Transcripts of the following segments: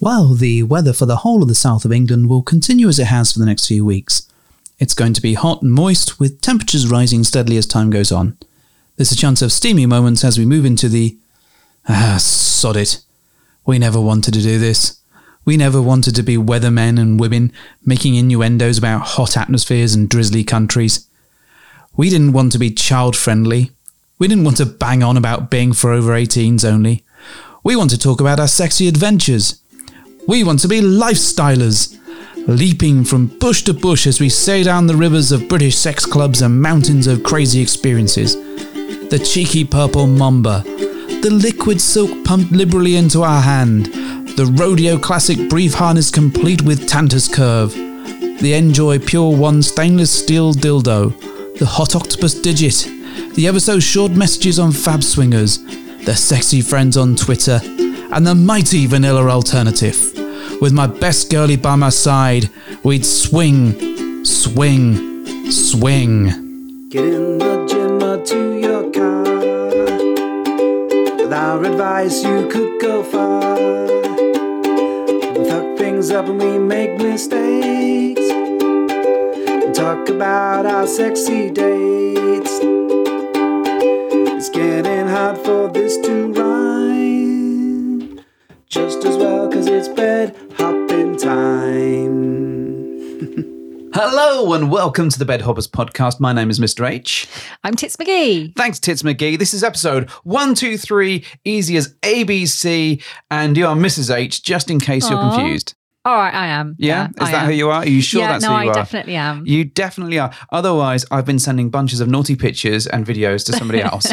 Well, the weather for the whole of the south of England will continue as it has for the next few weeks. It's going to be hot and moist, with temperatures rising steadily as time goes on. There's a chance of steamy moments as we move into the. Ah, sod it. We never wanted to do this. We never wanted to be weathermen and women making innuendos about hot atmospheres and drizzly countries. We didn't want to be child friendly. We didn't want to bang on about being for over 18s only. We want to talk about our sexy adventures. We want to be lifestylers, leaping from bush to bush as we sail down the rivers of British sex clubs and mountains of crazy experiences. The cheeky purple mamba, the liquid silk pumped liberally into our hand, the rodeo classic brief harness complete with Tantus curve, the Enjoy Pure One stainless steel dildo, the Hot Octopus Digit, the ever so short messages on Fab Swingers, the sexy friends on Twitter, and the mighty vanilla alternative. With my best girlie by my side, we'd swing, swing, swing. Get in the gym or to your car. With our advice, you could go far. We fuck things up and we make mistakes. And talk about our sexy dates. It's getting hard for this to rhyme. Just as well, cause it's bed hopping time. Hello and welcome to the Bed Hoppers podcast. My name is Mr. H. I'm Tits McGee. Thanks, Tits McGee. This is episode 123, easy as ABC, and you are Mrs. H, just in case you're Aw. confused. All right, I am. Yeah? I is that am. who you are? Are you sure yeah, that's no, who you I are? definitely am. You definitely are. Otherwise, I've been sending bunches of naughty pictures and videos to somebody else,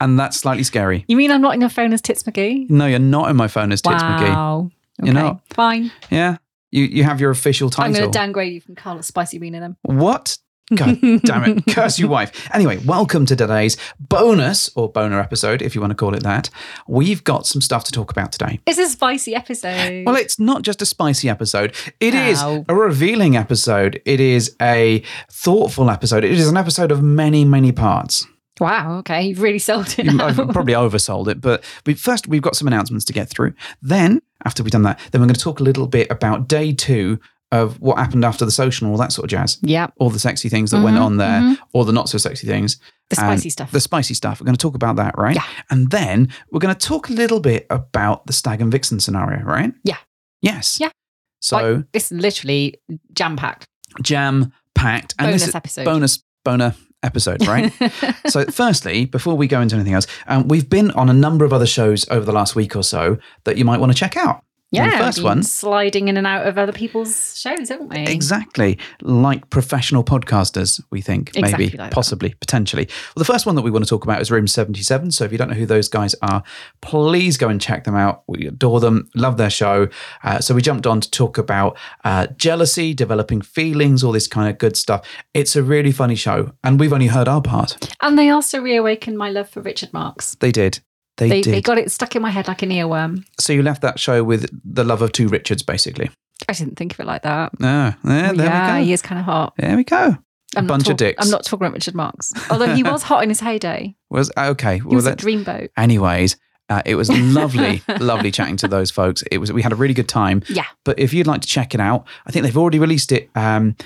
and that's slightly scary. You mean I'm not in your phone as Tits McGee? No, you're not in my phone as Tits McGee. wow. Okay. You're not. Fine. Yeah. You, you have your official I'm title. going to downgrade you from Carla Spicy Bean and them. What? God damn it. Curse your wife. Anyway, welcome to today's bonus or boner episode, if you want to call it that. We've got some stuff to talk about today. It's a spicy episode. Well, it's not just a spicy episode. It is Ow. a revealing episode. It is a thoughtful episode. It is an episode of many, many parts. wow. Okay. You've really sold it. I've now. probably oversold it, but we, first we've got some announcements to get through. Then, after we've done that, then we're going to talk a little bit about day two of what happened after the social and all that sort of jazz. yeah. All the sexy things that went Mhm, on there, mhm. or the not so sexy things. The and spicy stuff. The spicy stuff. We're going to talk about that, right? Yeah. And then we're going to talk a little bit about the stag and vixen scenario, right? Yeah. Yes. Yeah. So It's literally jam packed. jam packed and Bonus this is episode. bonus boner episode, right? so, firstly, before we go into anything else, um, we've been on a number of other shows over the last week or so that you might want to check out. yeah. the first we've been one. Sliding in and out of other people's shows, haven't we? Exactly. Like professional podcasters, we think, Exactly maybe, like that. possibly, potentially. Well, the first one that we want to talk about is Room 77. So if you don't know who those guys are, please go and check them out. We adore them, love their show. Uh, so we jumped on to talk about uh, jealousy, developing feelings, all this kind of good stuff. It's a really funny show. And we've only heard our part. And they also reawakened my love for Richard Marx. They did. They, They, did. they got it stuck in my head like an earworm. so you left that show with the love of two Richards, basically. I didn't think of it like that. Ah, there, Well, there yeah, we he go. is kind of hot. There we go. I'm not bunch of talk- dicks. I'm not talking about Richard Marx, although he was hot in his heyday. Was okay. He was that- a dreamboat. Anyways, uh, it was lovely, lovely chatting to those folks. It was we had a really good time. Yeah. But if you'd like to check it out, I think they've already released it. Um,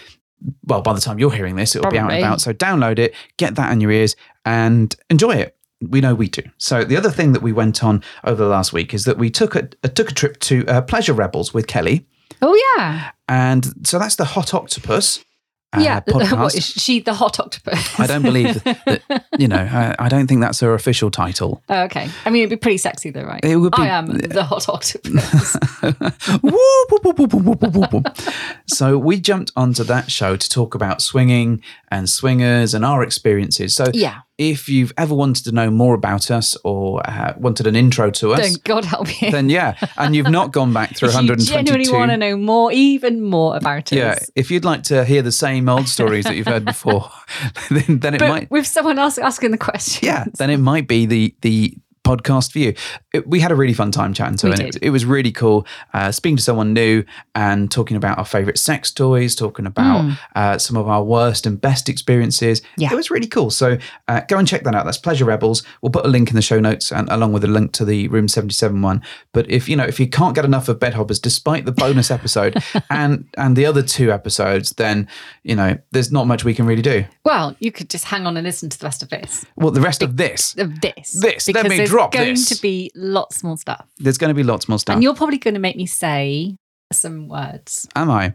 well, by the time you're hearing this, it'll be out and Probably. about. So download it, get that in your ears, and enjoy it. We know we do. So the other thing that we went on over the last week is that we took a, a took a trip to uh, Pleasure Rebels with Kelly, Oh yeah, and so that's the Hot Octopus. Uh, yeah. podcast. What, is she the hot octopus? I don't believe that, you know. I, I don't think that's her official title. Oh, okay, I mean it'd be pretty sexy though, right? It would be- I am the hot octopus. Whoop, whoop, whoop, whoop, whoop, whoop, whoop, whoop. so we jumped onto that show to talk about swinging and swingers and our experiences. So yeah. if you've ever wanted to know more about us or uh, wanted an intro to us, Then God help you. then yeah, and you've not gone back through if you genuinely 122. want to know more, even more about us, yeah, if you'd like to hear the same old stories that you've heard before, then, then it but might with someone else asking the question, yeah, then it might be the the podcast for you. It- we had a really fun time chatting to her, We and did. it was, it was really cool uh, speaking to someone new and talking about our favorite sex toys, talking about uh, some of our worst and best experiences. Mm. Yeah. It was really cool. So uh, go and check that out. That's Pleasure Rebels. We'll put a link in the show notes and along with a link to the Room 77 one. But if you know if you can't get enough of Bed Hoppers despite the bonus episode and and the other two episodes, then you know there's not much we can really do. Well, you could just hang on and listen to the rest of this. Well, the rest of this, Of this. This, let Because me there's drop going this. to be lots more stuff. there's going to be lots more stuff. And you're probably going to make me say some words. Am I?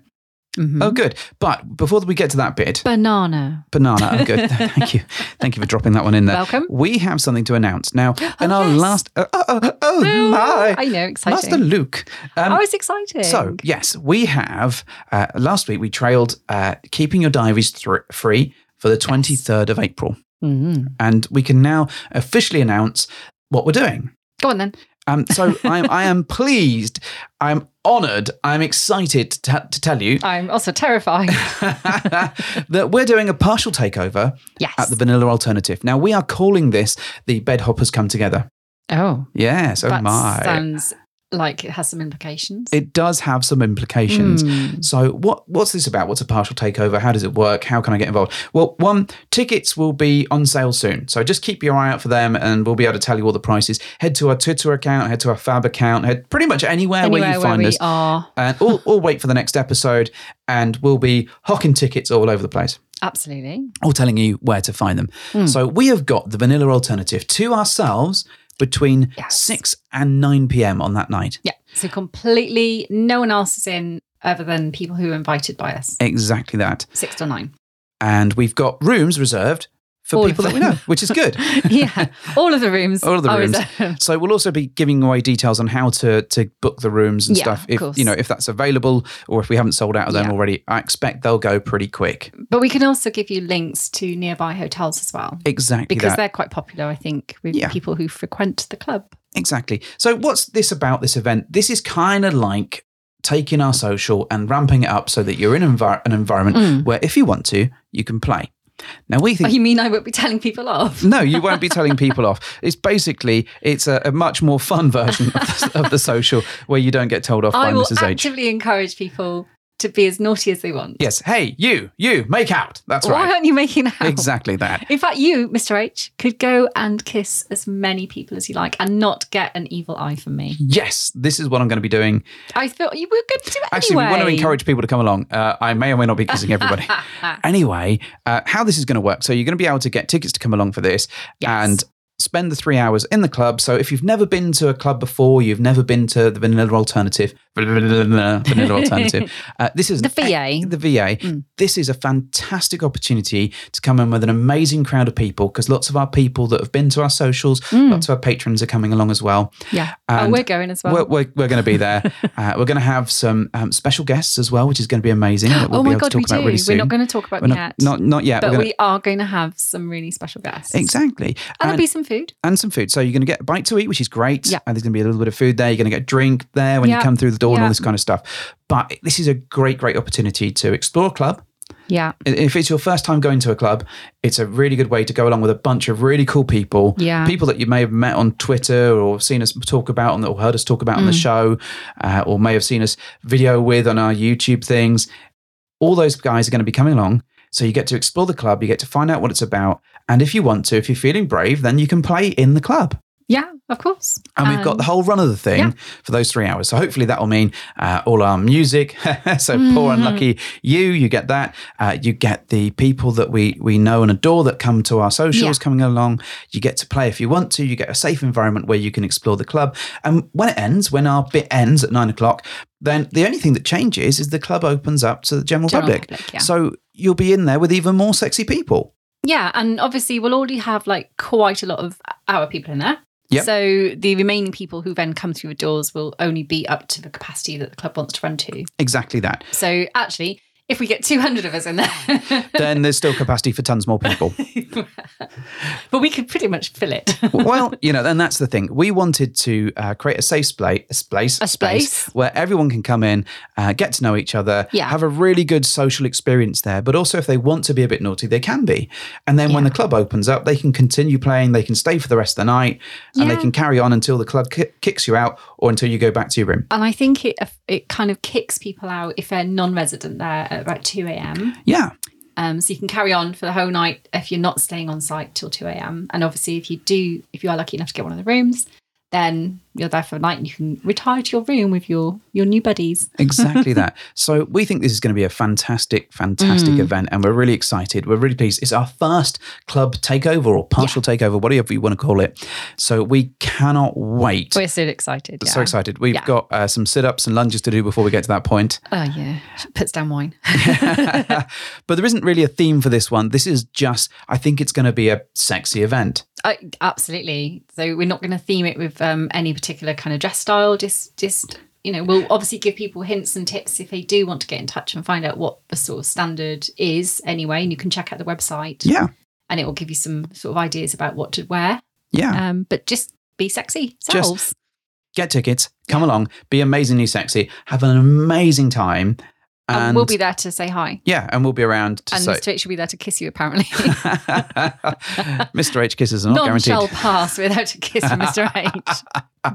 Mhm. Oh, good. But before we get to that bit, Banana. banana. Oh, good. Thank you. Thank you for dropping that one in there. Welcome. We have something to announce now. in our yes. last, oh, oh, oh, oh, my, I know, Master exciting. Oh, Luke. Um, I was excited. so yes, we have. Uh, last week we trailed uh, keeping your diaries thr free for the twenty third of April, Mhm. and we can now officially announce what we're doing. Go on then. Um, so I'm, I am pleased. I'm honoured. I'm excited to, t- to tell you I'm also terrified. that we're doing a partial takeover Yes. at the Vanilla Alternative. Now we are calling this the Bed Hoppers Come Together. oh, Yes, oh that my! sounds like it has some implications. it does have some implications. Mm. So what what's this about? What's a partial takeover? How does it work? How can I get involved? Well, one tickets will be on sale soon, so just keep your eye out for them, and we'll be able to tell you all the prices. Head to our Twitter account, head to our Fab account, head pretty much anywhere, Anywhere where you where find we us, are. and or, or wait for the next episode, and we'll be hocking tickets all over the place. Absolutely. or telling you where to find them. Hmm. So we have got the vanilla alternative to ourselves between Yes. 6 and 9 p.m. on that night. Yeah. So completely no one else is in other than people who are invited by us. Exactly that. Six to nine. And we've got rooms reserved for All of people that we them. Oh, know, which is good. yeah. All of the rooms. All of the are rooms. reserved. So we'll also be giving away details on how to to book the rooms and Yeah, stuff of if course. you know if that's available or if we haven't sold out of them Yeah. already. I expect they'll go pretty quick. But we can also give you links to nearby hotels as well. Exactly Because that. they're quite popular, I think, with Yeah. people who frequent the club. Exactly. So, what's this about this event? This is kind of like taking our social and ramping it up so that you're in envir- an environment where, if you want to, you can play. Now, we Oh, think. Mm. you mean I won't be telling people off? no, you won't be telling people off. It's basically it's a, a much more fun version of the, of the social where you don't get told off by I will Mrs. H. actively encourage people to be as naughty as they want. Yes, hey, you, you, make out. That's Why right. aren't you making out? Exactly that. In fact, you, Mr. H, could go and kiss as many people as you like and not get an evil eye from me. Yes, this is what I'm going to be doing. I thought you were good to do it Actually, anyway. we want to encourage people to come along. Uh, I may or may not be kissing everybody. anyway, uh, how this is going to work. So you're going to be able to get tickets to come along for this Yes. and spend the three hours in the club. So if you've never been to a club before, you've never been to the Vanilla Alternative, Vanilla Alternative. Uh, this is The Mm. VA. The VA. This is a fantastic opportunity to come in with an amazing crowd of people because lots of our people that have been to our socials, lots of our patrons are coming along as well. Mm. Yeah. oh, And we're going as well. We're, we're, we're going to be there. uh, we're going to have some um, special guests as well, which is going to be amazing. That we'll oh be my able God, to we talk do. about really soon. We're not going to talk about We're them not- yet. not- not yet. but We're gonna- we are going to have some really special guests. exactly. And there'll And- be some food. and some food. So you're going to get a bite to eat, which is great. Yeah. And there's going to be a little bit of food there. You're going to get a drink there when Yeah. you come through the door and Yeah. all this kind of stuff. But this is a great, great opportunity to explore club. Yeah. I- If it's your first time going to a club, it's a really good way to go along with a bunch of really cool people. Yeah. People that you may have met on Twitter or seen us talk about on the, or heard us talk about on the show, uh, or may have seen us video with on our YouTube things. All those guys are going to be coming along. So you get to explore the club, you get to find out what it's about. And if you want to, if you're feeling brave, then you can play in the club. Yeah, of course. And we've got the whole run of the thing Um, yeah. for those three hours. So hopefully that will mean uh, all our music. so poor unlucky Mm-hmm. you, you get that. Uh, you get the people that we we know and adore that come to our socials Yeah. coming along. You get to play if you want to. You get a safe environment where you can explore the club. And when it ends, when our bit ends at nine o'clock, then the only thing that changes is the club opens up to the general, General public. public, yeah. So you'll be in there with even more sexy people. Yeah, and obviously we'll already have like quite a lot of our people in there. Yep. So the remaining people who then come through the doors will only be up to the capacity that the club wants to run to. Exactly that. So actually, if we get 200 of us in there. then there's still capacity for tons more people. but we could pretty much fill it. well, you know, and that's the thing. We wanted to uh, create a safe splay, a space, A space space. where everyone can come in, uh, get to know each other, Yeah. have a really good social experience there. But also, if they want to be a bit naughty, they can be. And then when the club opens up, they can continue playing. They can stay for the rest of the night, and they Yeah. can carry on until the club ki- kicks you out or until you go back to your room. and I think it it kind of kicks people out if they're non-resident there at about 2 a.m. Yeah. Um, so you can carry on for the whole night if you're not staying on site till 2 a.m. And obviously, if you do, if you are lucky enough to get one of the rooms, then you're there for the night and you can retire to your room with your your new buddies. Exactly that. So we think this is going to be a fantastic, Mm. fantastic event, and we're really excited. We're really pleased. It's our first club takeover or partial takeover, whatever you want to call it. So we cannot wait. We're so excited. So excited. We've Yeah. got uh, some sit ups and lunges to do before we get to that point. Oh yeah, puts down wine. But there isn't really a theme for this one. This is just, I think it's going to be a sexy event. I, absolutely. So we're not going to theme it with um, any particular kind of dress style. Just, just you know, we'll obviously give people hints and tips if they do want to get in touch and find out what the sort of standard is anyway. And you can check out the website, Yeah. and it will give you some sort of ideas about what to wear. Yeah. Um, but just be sexy Ah. Just- selves. get tickets, come along, be amazingly sexy, have an amazing time. and, And, we'll be there to say hi. yeah, and we'll be around to And say. Mr. H will be there to kiss you, apparently. Mr. H kisses are not None guaranteed. shall pass without a kiss from Mr. H.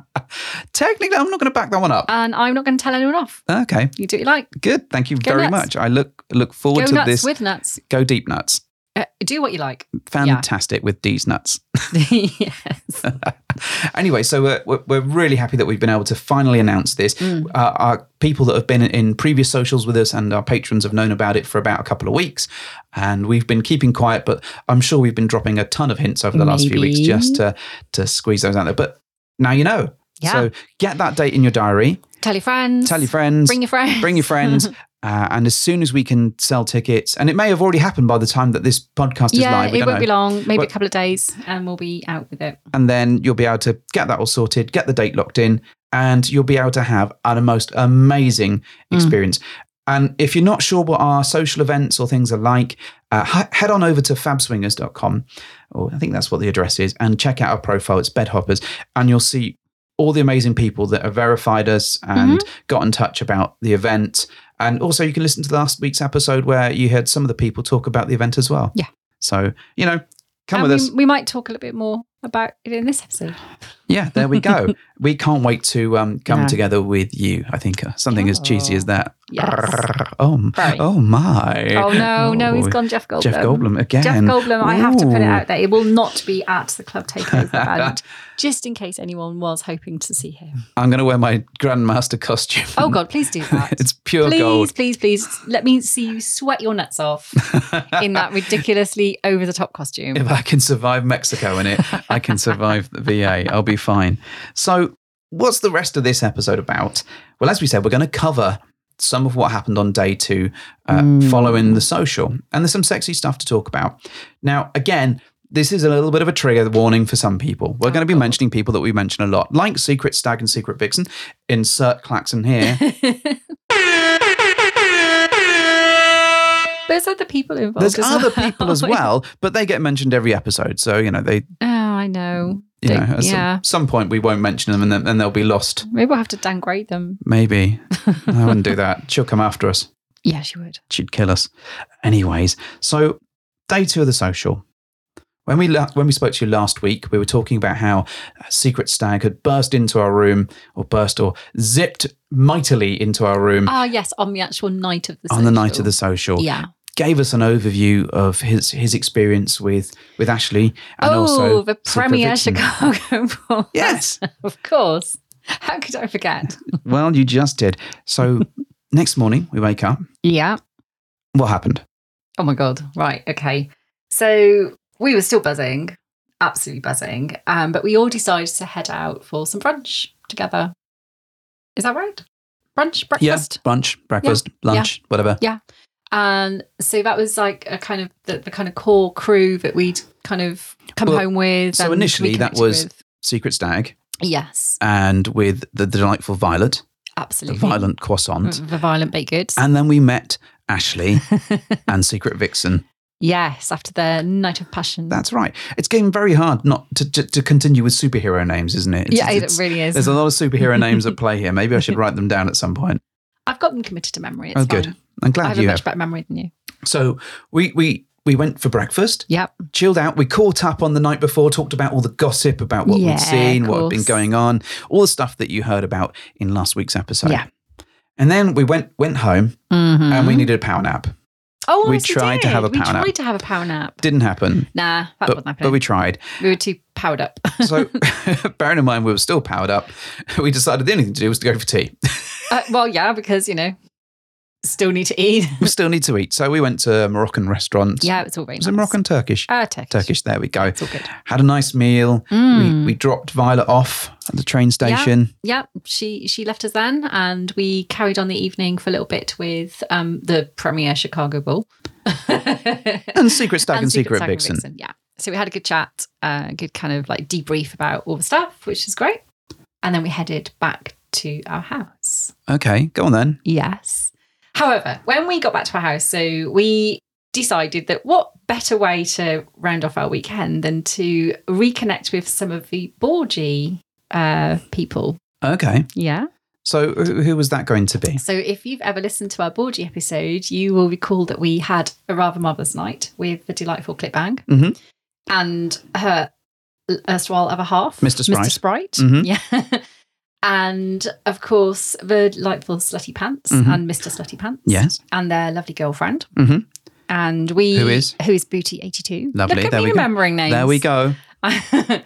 Technically, I'm not going to back that one up. And I'm not going to tell anyone off. Okay, You do what you like. good. Thank you Go very nuts. much. I look look Go forward to nuts this. with nuts. Go deep nuts. Uh, do what you like. Fantastic with these nuts. yes. anyway, so we're, we're, we're really happy that we've been able to finally announce this. Mm. Uh, our people that have been in previous socials with us and our patrons have known about it for about a couple of weeks. And we've been keeping quiet, but I'm sure we've been dropping a ton of hints over the last few weeks Maybe. just to, to squeeze those out there. But now you know. Yeah. So get that date in your diary. Tell your friends. Tell your friends. Bring your friends. bring your friends. Uh, and as soon as we can sell tickets, and it may have already happened by the time that this podcast is yeah, live, we it don't won't know. be long. Maybe But- a couple of days, and we'll be out with it. And then you'll be able to get that all sorted, get the date locked in, and you'll be able to have a most amazing Mm. experience. And if you're not sure what our social events or things are like, uh, he- head on over to fabswingers.com, or Oh, I think that's what the address is, and check out our profile. It's Bedhoppers, and you'll see all the amazing people that have verified us and Mm-hmm. got in touch about the event. And also, you can listen to last week's episode where you heard some of the people talk about the event as well. Yeah. So, you know, come and with we, us. we might talk a little bit more about it in this episode. Yeah, there we go. we can't wait to um, come No. together with you. I think uh, something as cheesy as that. Yes. Oh, m- Very. oh my. Oh no, no, he's Oh, gone Jeff Goldblum. Jeff Goldblum again. Jeff Goldblum, I have to put it Ooh. out there. It will not be at the club takeover band, just in case anyone was hoping to see him. I'm going to wear my grandmaster costume. Oh God, please do that. it's pure please, gold. please, please, let me see you sweat your nuts off in that ridiculously over the top costume. If I can survive Mexico in it, I can survive the VA. I'll be fine. So, what's the rest of this episode about? Well, as we said, we're going to cover some of what happened on day two uh, following the social, and there's some sexy stuff to talk about. Now, again, this is a little bit of a trigger warning for some people. We're going to be mentioning people that we mention a lot, like Secret Stag and Secret Vixen. Insert Claxon here. There's other people involved. There's as other people as well, but they get mentioned every episode. So, you know, they, Oh, I know. you Don't- know, at some- yeah. some, point we won't mention them and then and they'll be lost. Maybe we'll have to downgrade them. Maybe. I wouldn't do that. She'll come after us. Yeah, she would. She'd kill us. Anyways, so day two of the social. When we la- when we spoke to you last week, we were talking about how a secret stag had burst into our room, or burst, or zipped mightily into our room Ah, yes, on the actual night of the on the night social. of the social. yeah. Gave us an overview of his his experience with with Ashley, and oh, also the Secret premier Vixen. Chicago Bulls. Yes. of course. How could I forget? Well, you just did. So next morning we wake up. yeah. What happened? Oh my god. Right. Okay. So we were still buzzing, absolutely buzzing. Um, but we all decided to head out for some brunch together. Is that right? Brunch, breakfast. Yeah, brunch, breakfast, lunch, whatever. and so that was like a kind of the, the kind of core crew that we'd kind of come Well, home with. so and initially that reconnected was- with. Secret stag. yes, and with the delightful Violet, the absolutely violent croissant. the violent baked goods. And then we met Ashley, and Secret Vixen. Yes, after the Night of Passion. That's right. It's getting very hard not to, to, to continue with superhero names, isn't it? It's- yeah, it's- it really is. There's a lot of superhero names at play here. Maybe I should write them down at some point. I've got them committed to memory. It's oh, good. fine. I'm I glad have a you much have. better memory than you. So we we we went for breakfast, Yep. chilled out. We caught up on the night before, talked about all the gossip about what Yeah, we'd seen, what had been course. going on, all the stuff that you heard about in last week's episode. Yeah. Mm-hmm. And then we went went home and we needed a power nap. oh, Mm-hmm. we yes, tried to did. have a We power nap. tried to have a power nap. Didn't happen. Nah, Mm. that But, wasn't happening. but we tried. we were too powered up. So, bearing in mind we were still powered up, we decided the only thing to do was to go for tea. Uh, well, yeah, because you know, still need to eat. we still need to eat. So we went to a Moroccan restaurant. yeah, it's all very Was it nice. Moroccan Turkish? Uh, Turkish. Turkish, there we go. It's all good. Had a nice meal. Mm. We, we dropped Violet off at the train station. yeah, she she left us then, and we carried on the evening for a little bit with um, the premier Chicago Bowl And Secret Stag and, Secret, Stag and Vixen. Yeah, so we had a good chat, uh, good kind of like debrief about all the stuff, which is great, and then we headed back to our house. Okay, go on then. Yes. However, when we got back to our house, so we decided that what better way to round off our weekend than to reconnect with some of the Borgie uh, people. Okay. Yeah. So who, who was that going to be? So if you've ever listened to our Borgie episode, you will recall that we had a rather marvelous night with the delightful Clipbang Mhm. and her erstwhile other half, Mr. Sprite. Mr. Sprite. Mhm. Yeah. and of course, the delightful Slutty Pants Mhm. and Mr. Slutty Pants. Yes. And their lovely girlfriend. Mhm. And we Who is? who is Booty eighty two. Lovely, Look at there me we go. remembering names. There we go. go.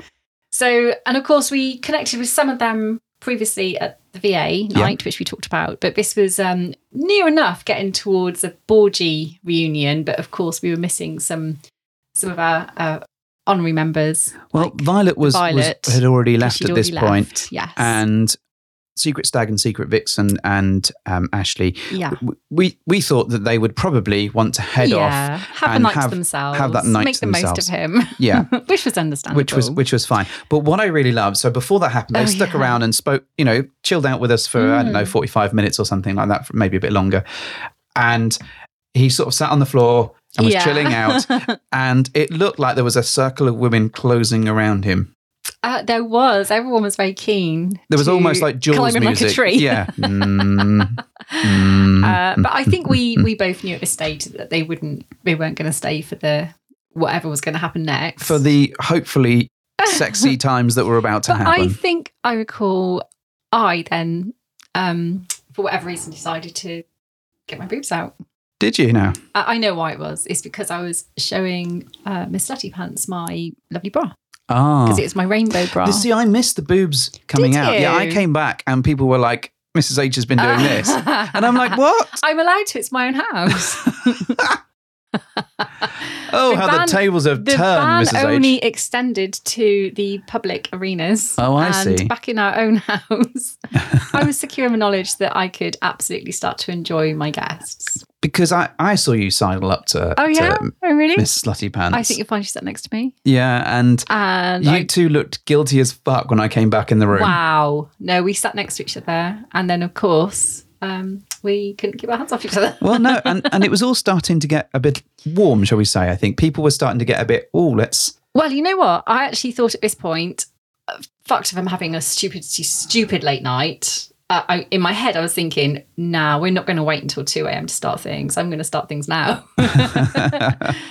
so, and of course, we connected with some of them previously at the VA night, Yeah. which we talked about. But this was um, near enough getting towards a Borgie reunion. But of course, we were missing some some of our uh, honorary members. Well, Violet was, was- Violet, had already left She'd at this already point, left, Yes. and Secret Stag and Secret Vixen and um, Ashley. yeah. w- We we thought that they would probably want to head off. yeah. Have a and night have- to themselves. have that night Make to the most themselves. of him. Yeah. which was understandable. which was which was fine. But what I really loved, so before that happened, they Hmm. Oh, stuck yeah. Hmm. around and spoke, you know, chilled out with us for I don't know forty five minutes or something like that, maybe a bit longer. And he sort of sat on the floor and was Yeah. chilling out, and it looked like there was a circle of women closing around him. uh, there was. Everyone was very keen. There was to almost like Jaws climbing music, like a tree. yeah. Mm, Uh, mm. but I think we we both knew at this stage that they wouldn't they weren't going to stay for the whatever was going to happen next. for the hopefully sexy times that were about to but I happen. think I recall I then um, for whatever reason decided to get my boobs out. Did you now? I, I know why it was. It's because I was showing uh, Miss Slutty Pants my lovely bra Ah, because it was my rainbow bra. You See, I missed the boobs coming Did out. Yeah, I you? came back and people were like, Mrs. H has been doing this. And I'm like, what? I'm allowed to. It's my own house. Oh, The how ban- the tables have The ban turned, Mrs. only H. extended to the public arenas. Oh, I and see. Back in our own house, I was secure in the knowledge that I could absolutely start to enjoy my guests. Because I, I saw you sidle up to, Oh yeah, to oh really? Miss Slutty Pants. I think you'll find she sat next to me. yeah, and And you I- two looked guilty as fuck when I came back in the room. wow, no, we sat next to each other, and then of course um, we couldn't keep our hands off each other. Well, no, and, and it was all starting to get a bit warm, shall we say, I think. People were starting to get a bit, oh, let's. Well, you know what? I actually thought at this point, uh, fucked if I'm having a stupid, stupid late night. Uh, I, in my head, I was thinking, nah, we're not going to wait until 2 a.m. to start things. I'm going to start things now.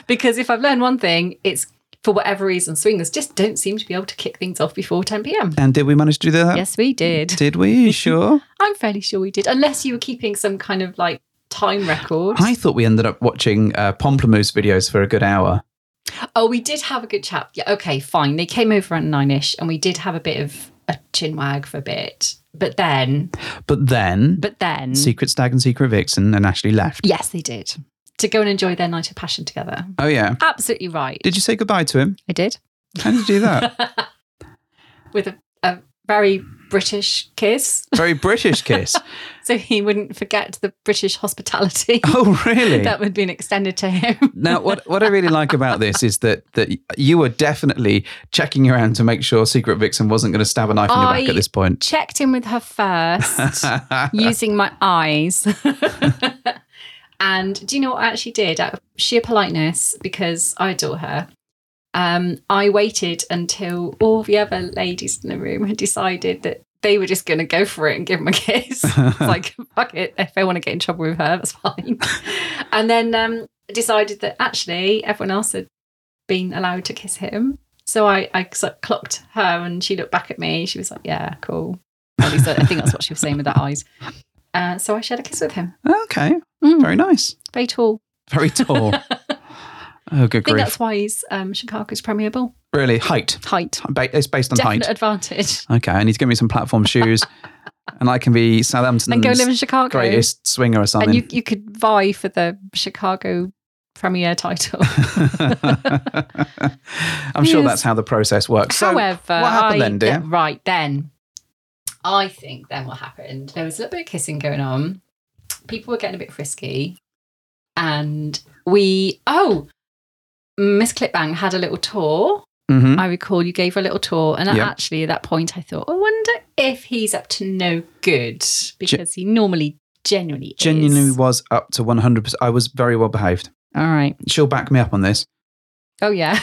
because if I've learned one thing, it's for whatever reason, swingers just don't seem to be able to kick things off before 10 p.m. And did we manage to do that? Yes, we did. Did we? You Sure. I'm fairly sure we did, unless you were keeping some kind of like time record. I thought we ended up watching uh, Pomplamoose videos for a good hour. Oh, we did have a good chat. Yeah, okay, fine. They came over at nine ish and we did have a bit of a chin wag for a bit. But then, But then. but then, Secret Stag and Secret Vixen and Ashley left. yes, they did to go and enjoy their night of passion together. Oh yeah. Absolutely right. Did you say goodbye to him? I did How did you do that? with a, a very British kiss. Very British kiss. So he wouldn't forget the British hospitality Oh really? that had been extended to him. Now what what I really like about this is that that you were definitely checking around to make sure Secret Vixen wasn't going to stab a knife in your back I- at this point. Checked in with her first. using my eyes. And do you know what I actually did out of sheer politeness because I adore her? Um, I waited until all the other ladies in the room had decided that they were just going to go for it and give him a kiss. It's like, fuck it. If they want to get in trouble with her, that's fine. and then um, decided that actually everyone else had been allowed to kiss him. So I, I sort of clocked her and she looked back at me. She was like, yeah, cool. At least I I think that's what she was saying with that eyes. Uh, so I shared a kiss with him. Okay, Mm, very nice. very tall. Very tall. I oh, good think grief. that's why he's um, Chicago's Premier Bull. Really, height. Height. Ba- It's based on Definite height. Mm, advantage. Okay, I need to give me some platform shoes, and I can be Southampton's And go live in Chicago. greatest swinger or and you, something. you could vie for the Chicago Premier title. I'm sure that's how the process works. So, However, what happened I- then, dear? yeah, right then, I think then what happened? There was a little bit of kissing going on. People were getting a bit frisky, and we oh, Miss Clipbang had a little tour. Mhm. I recall you gave her a little tour, and Yeah. actually at that point I thought, I wonder if he's up to no good because he normally genuinely genuinely is. was up to 100%. I was very well behaved. all right. She'll back me up on this. Oh yeah,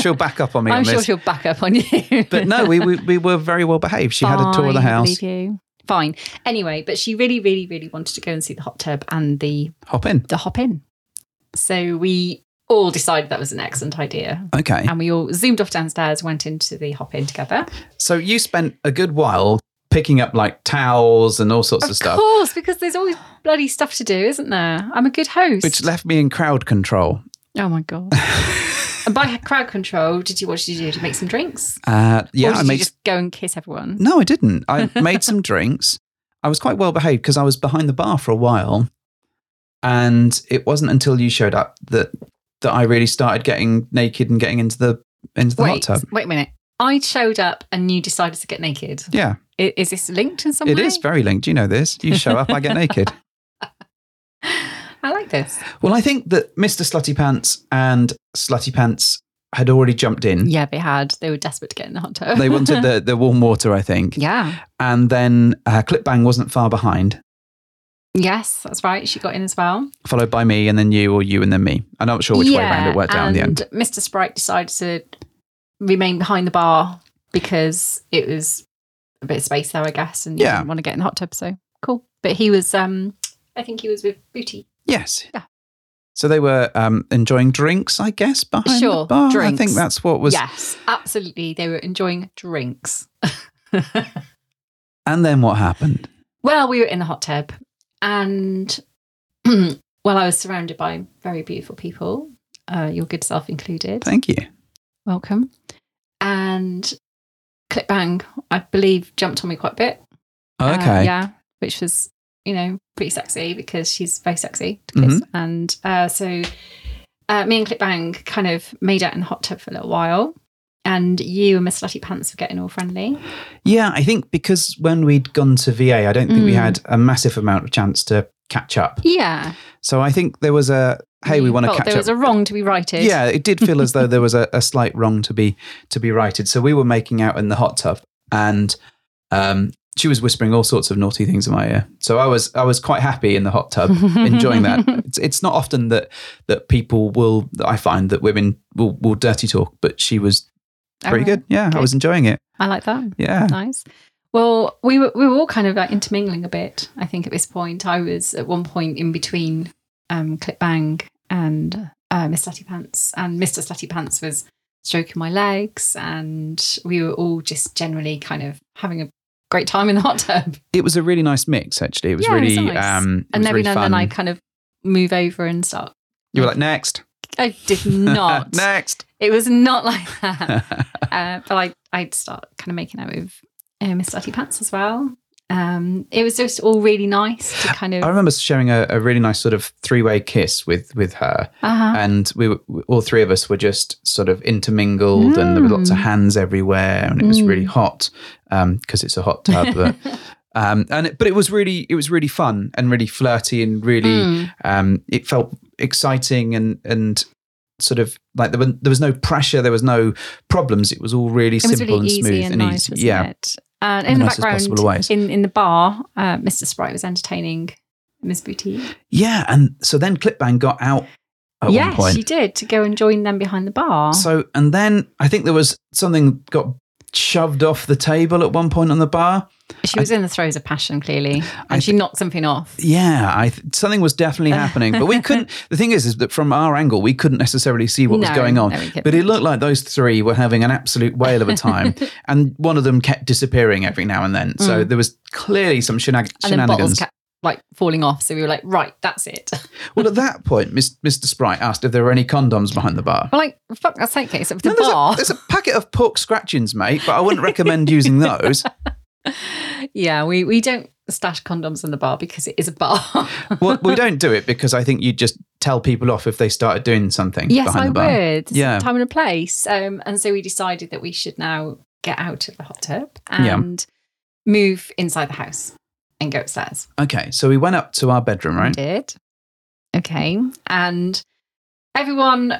she'll back up on me I'm on sure this. she'll back up on you. But no, we, we, we were very well behaved. She had a tour of the Fine, I house. believe you. Fine. Anyway, but she really, really, really wanted to go and see the hot tub and the Hop in. the hop in. So we all decided that was an excellent idea, Okay. and we all zoomed off downstairs, went into the hop in together. So you spent a good while picking up like towels and all sorts of, Of stuff, course, because there's always bloody stuff to do, isn't there? I'm a good host. which left me in crowd control. oh my god. and by crowd control, did you what did you do? Did you make some drinks? Uh, yeah, or did I you made. just go and kiss everyone? No, I didn't. I made some drinks. I was quite well behaved because I was behind the bar for a while, and it wasn't until you showed up that that I really started getting naked and getting into the into the hot wait, tub. wait a minute. I showed up and you decided to get naked. Yeah, I- Is this linked in some it way? is very linked. You know this. You show up, I get naked. I like this. Well, I think that Mr. Slutty Pants and Slutty Pants had already jumped in. Yeah, they had. They were desperate to get in the hot tub. They wanted the, the warm water, I think. yeah. And then uh, Clipbang wasn't far behind, Yes, that's right. She got in as well. followed by me, and then you, or you, and then me. I'm not sure which way around it worked out in the end. And Mr. Sprite decided to remain behind the bar because it was a bit of space there, I guess, and Yeah. yeah. didn't want to get in the hot tub. So cool. But he was, um I think he was with Booty. Yes. Yeah. So they were um, enjoying drinks, I guess, behind the Sure, bar. I drinks. think that's what was. yes, absolutely. They were enjoying drinks. And then what happened? Well, we were in the hot tub, and well, I was surrounded by very beautiful people, uh, your good self included. Thank you. Welcome. And Clipbang, I believe, jumped on me quite a bit. Uh, Okay. yeah, which was you know pretty sexy because she's very sexy to kiss, Mm-hmm. and uh, so uh, me and Clipbang kind of made out in the hot tub for a little while. And you and Miss Slutty Pants were getting all friendly. Yeah, I think because when we'd gone to VA, I don't think we Mm. had a massive amount of chance to catch up. Yeah. So I think there was a hey, we You want to felt catch Mm. There was up. a wrong to be righted. yeah, it did feel as though there was a, a slight wrong to be to be righted. So we were making out in the hot tub, and um, she was whispering all sorts of naughty things in my ear. So I was I was quite happy in the hot tub, enjoying that. It's it's not often that that people will that I find that women will will dirty talk, but she was pretty Alright, good. Yeah, I good. was enjoying it. Uh-huh. I like that. Yeah, Oh, nice. Well, we were we were all kind of like intermingling a bit. I think at this point, I was at one point in between um, Clip Bang and uh, Miss Slutty Pants, and Mister Slutty Pants was stroking my legs, and we were all just generally kind of having a great time in the hot tub. it was a really nice mix. Actually, it was Yeah, it was really nice. um, it And was every really now and fun. then, I kind of move over and start. you were like next, I did not. next. It was not like that. uh, but I, I'd start kind of making out with uh, Miss Slutty Pants as well. Um, it was just all really nice to kind I of. remember sharing a, a really nice sort of three way kiss with with her, Uh-huh. and we were, all three of us were just sort of intermingled, and there were lots of hands everywhere, and it was Mm. really hot because it's a hot tub. But, um, and it, but it was really it was really fun and really flirty and really Mm. um, it felt exciting and and sort of like there, were, there was no pressure, there was no problems. It was all really It was simple really and easy smooth and, and nice, easy. wasn't yeah, it? And In in the the nicest possible ways. background, in, in the bar, uh, Mr. Sprite was entertaining Ms. Boutique. Yeah, and so then Clipbang got out at one yes, point. she did to go and join them behind the bar. So and then I think there was something got shoved off the table at one point on the bar. she was in the throes of passion, clearly, and I she knocked something off. Yeah, I th- something was definitely happening, but we couldn't. the thing is, is that from our angle, we couldn't necessarily see what No, was going on. no, we couldn't. but it looked like those three were having an absolute whale of a time, and one of them kept disappearing every now and then. So there was clearly some shenag- Mm. And then bottles shenanigans. kept like falling off. So we were like, right, that's it. well, at that point, Miss, Mr. Sprite asked if there were any condoms behind the bar. We're like, fuck, that's okay. It's at Oh, the No, there's, bar. a, there's a packet of pork scratchings, mate, but I wouldn't recommend using those. yeah, we, we don't stash condoms in the bar because it is a bar. Well, we don't do it because I think you'd just tell people off if they started doing something yes, behind I the bar. would. Yeah. Yeah. Time and a place. Um, and so we decided that we should now get out of the hot tub Yeah. and move inside the house and go upstairs. Okay, so we went up to our bedroom, We right? Did. Okay. And everyone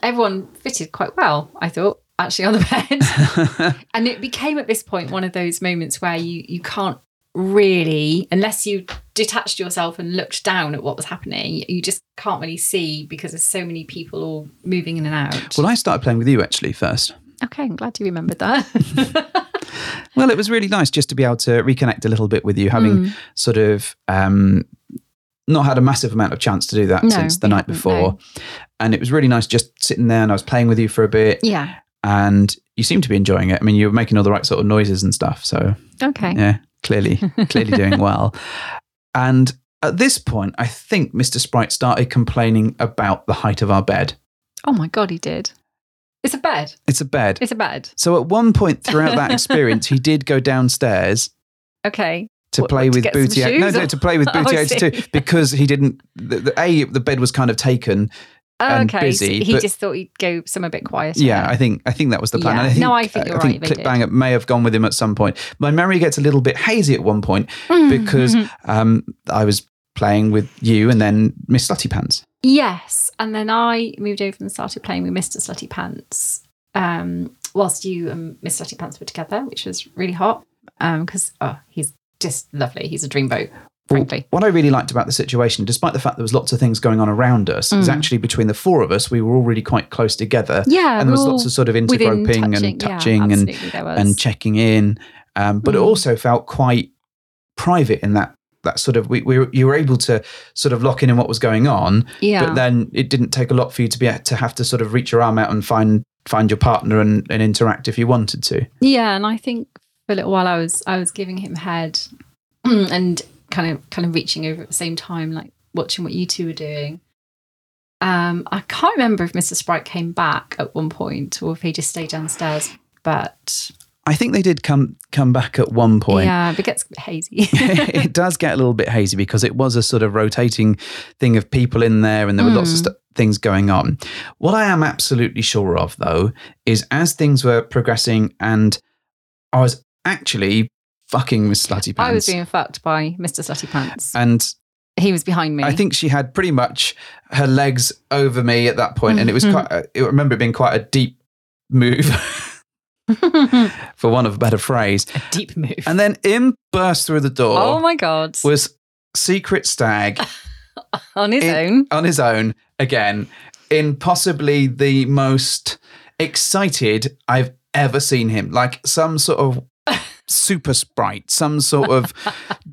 everyone fitted quite well, I thought, actually on the bed. and it became at this point one of those moments where you you can't really unless you detached yourself and looked down at what was happening you just can't really see because there's so many people all moving in and out Well, I started playing with you actually first. okay i'm glad you remembered that Well, it was really nice just to be able to reconnect a little bit with you, having Mm. sort of um, not had a massive amount of chance to do that No, since the we night haven't, before. no. And it was really nice just sitting there and I was playing with you for a bit yeah and you seemed to be enjoying it. I mean, you were making all the right sort of noises and stuff. So, okay yeah, clearly, clearly doing well. And at this point, I think Mr. Sprite started complaining about the height of our bed. oh my god he did it's a bed It's a bed. it's a bed So at one point throughout that experience, he did go downstairs okay to What, play what, to with get some Booty. Eight- No, shoes no, or- to play with Oh, Booty I Eighty Two see. because he didn't. The, the, a the bed was kind of taken. Oh, And okay busy, so he but- just thought he'd go somewhere a bit quieter Yeah, I think I think that was the plan. Yeah. And I think, No, I think you're I think right, they did. Clipbang may have gone with him at some point. My memory gets a little bit hazy at one point Mm-hmm. because um, I was playing with you and then Miss Slutty Pants. Yes, and then I moved over and started playing with Mr. Slutty Pants. Um, whilst you and Miss Slutty Pants were together, which was really hot. Um, because oh, he's just lovely. He's a dreamboat, frankly. What I really liked about the situation, despite the fact there was lots of things going on around us, is Mm. actually between the four of us, we were all really quite close together. yeah, and there was we're lots all of sort of within intergroping and yeah, touching and absolutely, there was. and checking in. Um, but it Mm. also felt quite private in that that sort of we, we were- you were able to sort of lock in on what was going on, yeah, but then it didn't take a lot for you to be to have to sort of reach your arm out and find find your partner and, and interact if you wanted to. yeah, and I think for a little while I was I was giving him head and kind of kind of reaching over at the same time, like watching what you two were doing. Um, I can't remember if Mr. Sprite came back at one point or if he just stayed downstairs, but I think they did come come back at one point. yeah, it gets a bit hazy. it does get a little bit hazy because it was a sort of rotating thing of people in there and there were lots of Mm. st- things going on. What I am absolutely sure of, though, is as things were progressing and I was actually fucking Miss Slutty Pants. I was being fucked by Mr. Slutty Pants. and he was behind me. I think she had pretty much her legs over me at that point, and it was Mm-hmm. quite. I remember it being quite a deep move, for want of a better phrase. a deep move. And then in burst through the door oh my god! was Secret Stag On his it- own. on his own again in possibly the most excited I've ever seen him. Like some sort of super sprite, some sort of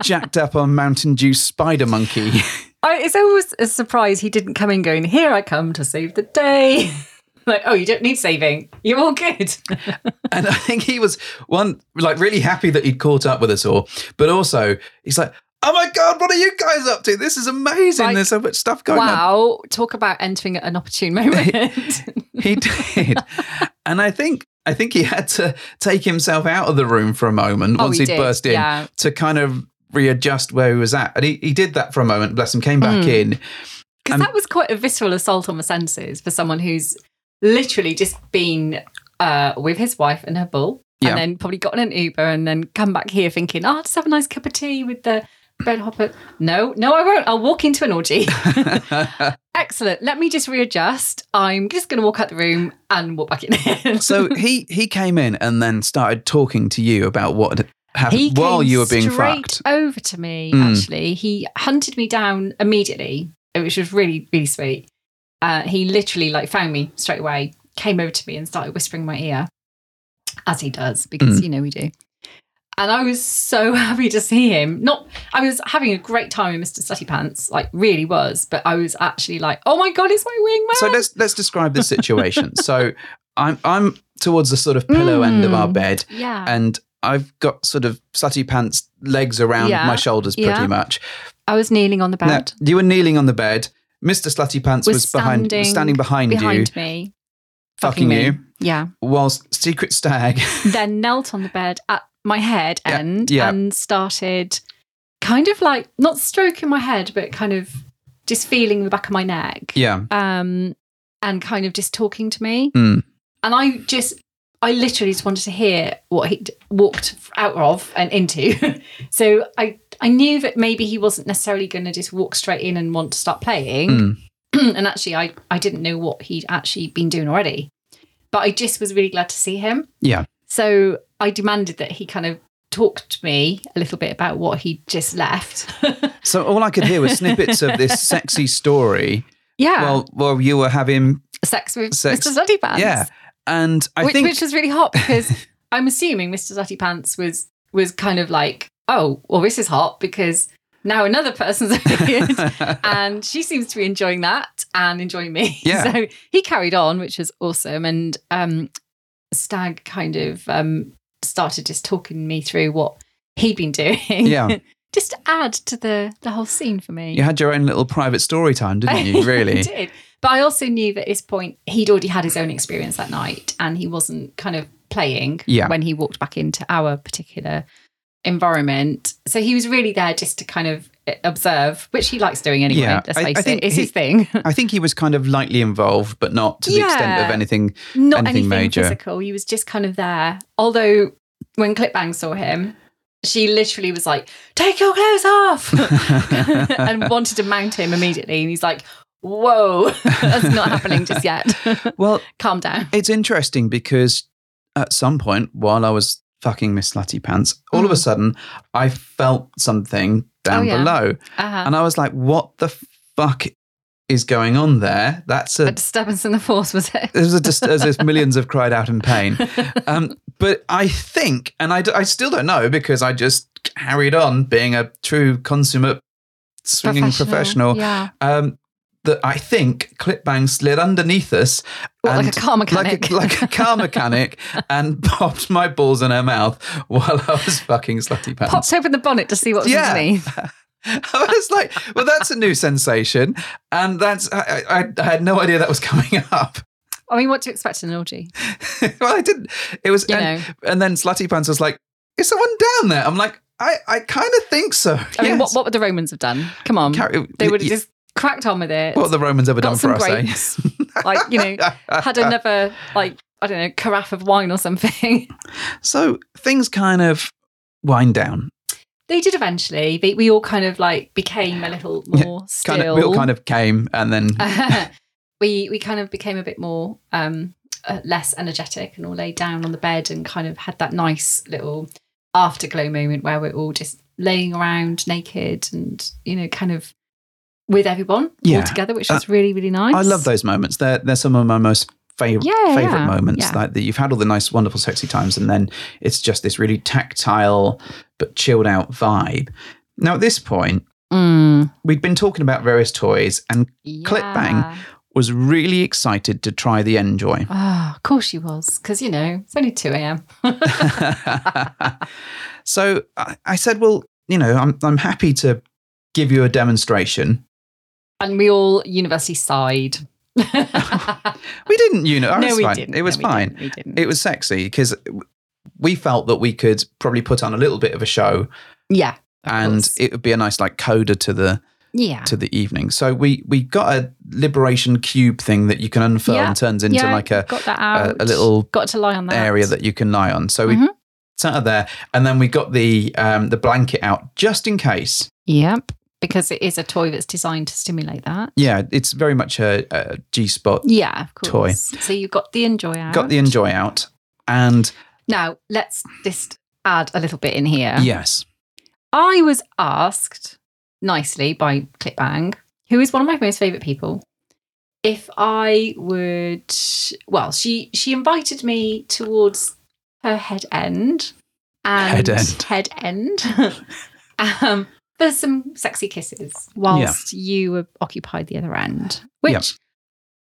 jacked up on Mountain Dew spider monkey. I, it's always a surprise he didn't come in going, "Here I come to save the day." like, oh, you don't need saving. You're all good. And I think he was one, like really happy that he'd caught up with us all, but also he's like, Oh my God, what are you guys up to? This is amazing. Like, There's so much stuff going on. wow! Talk about entering at an opportune moment. He did. and I think I think he had to take himself out of the room for a moment Oh, once he he'd did, burst in yeah. to kind of readjust where he was at. And he, he did that for a moment, bless him, came Mm. back in. Because that was quite a visceral assault on the senses for someone who's literally just been uh, with his wife and her bull, Yeah. and then probably gotten an Uber and then come back here thinking, "Oh, I'll just have a nice cup of tea with the bread hopper." No, no, I won't. I'll walk into an orgy. Excellent. Let me just readjust. I'm just going to walk out the room and walk back in. So he he came in and then started talking to you about what He happened while came you were being straight fucked? over to me. Mm. Actually, he hunted me down immediately, which was really really sweet. Uh, he literally like found me straight away, came over to me and started whispering in my ear, as he does because Mm. you know we do. And I was so happy to see him. Not, I was having a great time with Mr. Slutty Pants, like really was. But I was actually like, oh my god, it's my wingman. So let's let's describe the situation. so I'm I'm towards the sort of pillow end of our Mm. bed, yeah, and I've got sort of slutty pants legs around Yeah. my shoulders pretty Yeah. much. I was kneeling on the Now, bed you were kneeling on the bed. Mr. Slutty Pants was, Was behind, standing was standing behind, you, behind me, fucking me. you, Yeah. whilst Secret Stag then knelt on the bed at my head Yeah, end yeah. and started kind of like not stroking my head but kind of just feeling the back of my neck Yeah. um and kind of just talking to me Mm. and i just i literally just wanted to hear what he walked out of and into so i i knew that maybe he wasn't necessarily going to just walk straight in and want to start playing Mm. and actually i i didn't know what he'd actually been doing already but i just was really glad to see him Yeah. so I demanded that he kind of talk to me a little bit about what he'd just left. So all I could hear was snippets of this sexy story yeah. while while you were having sex with sex- Mr. Zutty Pants. yeah, and I which, think which was really hot because I'm assuming Mr. Zutty Pants was was kind of like, oh, well, this is hot because now another person's appeared. and she seems to be enjoying that and enjoying me. Yeah. So he carried on, which was awesome. And um, Stag kind of um, started just talking me through what he'd been doing. Yeah. just to add to the the whole scene for me. you had your own little private story time, didn't you? I Really? did. But I also knew that at this point he'd already had his own experience that night and he wasn't kind of playing Yeah. when he walked back into our particular environment. So he was really there just to kind of observe, which he likes doing anyway. Yeah. Let's I- face I think it, it's he- his thing. I think he was kind of lightly involved, but not to the extent Yeah. of anything. Not anything anything, major. physical. He was just kind of there. Although when Clipbang saw him, she literally was like, "Take your clothes off," and wanted to mount him immediately. And he's like, "Whoa, that's not happening just yet. Well, Calm down." it's interesting because at some point while I was fucking Miss Slutty Pants, all of a sudden I felt something down Mm-hmm. Oh, yeah. below, Uh-huh. and I was like, "What the fuck is going on there?" That's a a disturbance in the force was it? There's a just as if millions have cried out in pain. Um, but I think, and I, d- I still don't know because I just carried on being a true consummate swinging professional. Yeah. Um, that I think Clipbang slid underneath us, What, like and- a car like mechanic. a, like a car mechanic, and popped my balls in her mouth while I was fucking slutty pants. Popped Uh, open the bonnet to see what was Yeah. underneath. I was like, well, that's a new sensation, and that's I, I, I had no idea that was coming up. I mean, what to expect in an orgy? well, I didn't. It was, You and, and then Slutty Pants was like, "Is someone down there?" I'm like, "I, I kind of think so." I mean, what, Yes. what would the Romans have done? Come on, Carry- they would have y- just cracked on with it. what have the Romans ever done got for some us? eh? grapes, like you know, had another like I don't know carafe of wine or something. so things kind of wind down. They did eventually. They, we all kind of like became a little Yeah, more still. Uh, Kind of, we all kind of came, and then we we kind of became a bit more um uh, less energetic and all laid down on the bed and kind of had that nice little afterglow moment where we're all just laying around naked and you know kind of with everyone Yeah. all together, which Uh, was really really nice. I love those moments. They're they're some of my most favorite Yeah, favorite yeah, moments. yeah. Like that you've had all the nice, wonderful, sexy times, and then it's just this really tactile but chilled out vibe. Now at this point, Mm. we'd been talking about various toys, and Click bang. Yeah. was really excited to try the Enjoy. Ah, of course she was, because you know it's only two a.m. so I, I said, well, you know, I'm, I'm happy to give you a demonstration. and we all university sighed. no, We didn't, you know, I was we Oh, fine. didn't. It was No, we fine. didn't. We didn't. It was sexy because we felt that we could probably put on a little bit of a show yeah, and course. it would be a nice like coda to the yeah. to the evening. So we we got a liberation cube thing that you can unfurl Yeah. and turns into yeah, like a got that out. a little got to lie on that area that you can lie on. So we Mhm. sat her there and then we got the um the blanket out just in case. Yep. Because it is a toy that's designed to stimulate that. Yeah, it's very much a, a G spot. Yeah, of Toy. course. So you got the enjoy out. Got the enjoy out, and Now let's just add a little bit in here. Yes. I was asked nicely by Clipbang, who is one of my most favourite people, if I would. Well, she she invited me towards her head end and Head end. head end, um, for some sexy kisses whilst you were occupied the other end, which. Yeah.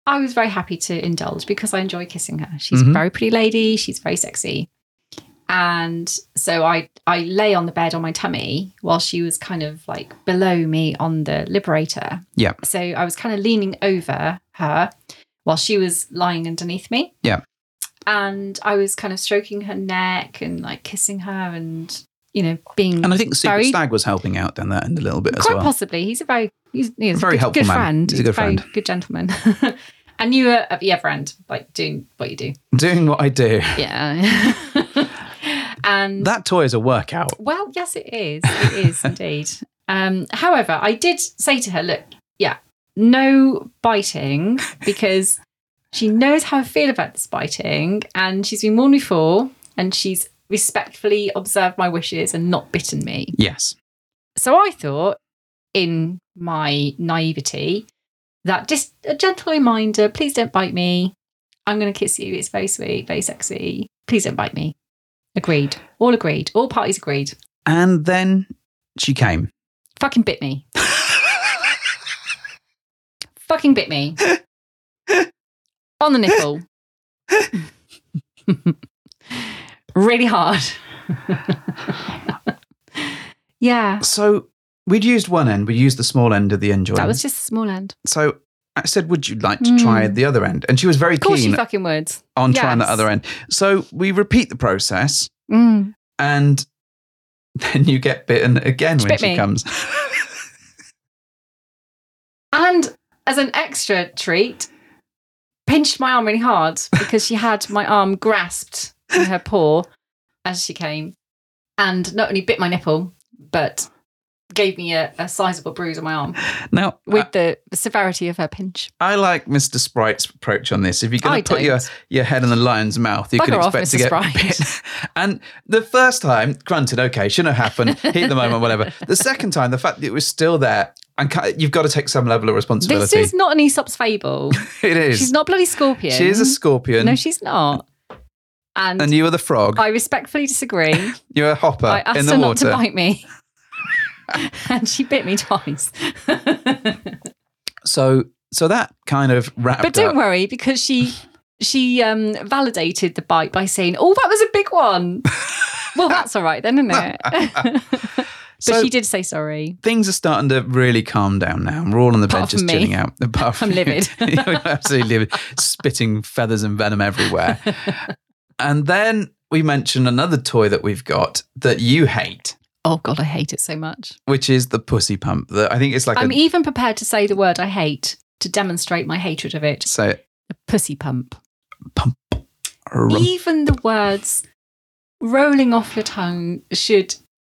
I was very happy to indulge because I enjoy kissing her. She's a Mhm. very pretty lady. She's very sexy. And so I, I lay on the bed on my tummy while she was kind of like below me on the liberator. Yeah. So I was kind of leaning over her while she was lying underneath me. Yeah. And I was kind of stroking her neck and like kissing her and, you know, being And I think Secret Very- Stag was helping out down that end a little bit as quite well. possibly. He's a very he's, he's Very a good, helpful good man. friend. He's a good very friend. good gentleman. and you were at the other end, like doing what you do. Doing what I do. Yeah. and That toy is a workout. well, yes, it is. It is indeed. Um, however, I did say to her, look, yeah, no biting because she knows how I feel about this biting and she's been warned before and she's respectfully observed my wishes and not bitten me. Yes. So I thought, in my naivety, that just a gentle reminder please don't bite me. I'm going to kiss you. It's very sweet, very sexy. Please don't bite me. Agreed. All agreed. All parties agreed. And then she came. Fucking bit me. Fucking bit me. On the nipple. really hard. yeah. So we'd used one end, we used the small end of the end joint. That was just a small end. so I said, Would you like to try Mm. the other end? And she was very Of course, you keen fucking would. on trying the Yes. other end. So we repeat the process Mm. and then you get bitten again She when bit she me. comes. And as an extra treat, pinched my arm really hard because she had my arm grasped in her paw as she came. And not only bit my nipple, but gave me a, a sizable bruise on my arm Uh, now, with the severity of her pinch. I like Mr. Sprite's approach on this. If you're going I to put your, don't. your head in the lion's mouth, you can Bugger off, expect to Mr. get Sprite. bit. And the first time, granted, okay, shouldn't have happened, heat the moment, whatever. The second time, the fact that it was still there, and ca- you've got to take some level of responsibility. This is not an Aesop's fable. it is. She's not bloody scorpion. She is a scorpion, No, she's not. And, and you are the frog. I respectfully disagree. You're a hopper I asked in the her not to water. bite me. and she bit me twice. So, so that kind of wrapped but uh, don't up. worry because she she um validated the bite by saying oh that was a big one well that's all right then isn't it but So- she did say sorry Things are starting to really calm down now. We're all on the Apart bed just from me. chilling out. Apart I'm from you. livid. You're absolutely livid. Spitting feathers and venom everywhere. And then we mentioned another toy that we've got that you hate, oh god i hate it so much which is the pussy pump. That I think it's like i'm e- a even prepared to say the word i hate to demonstrate my hatred of it so the pussy pump pump. Rump. even the words rolling off your tongue should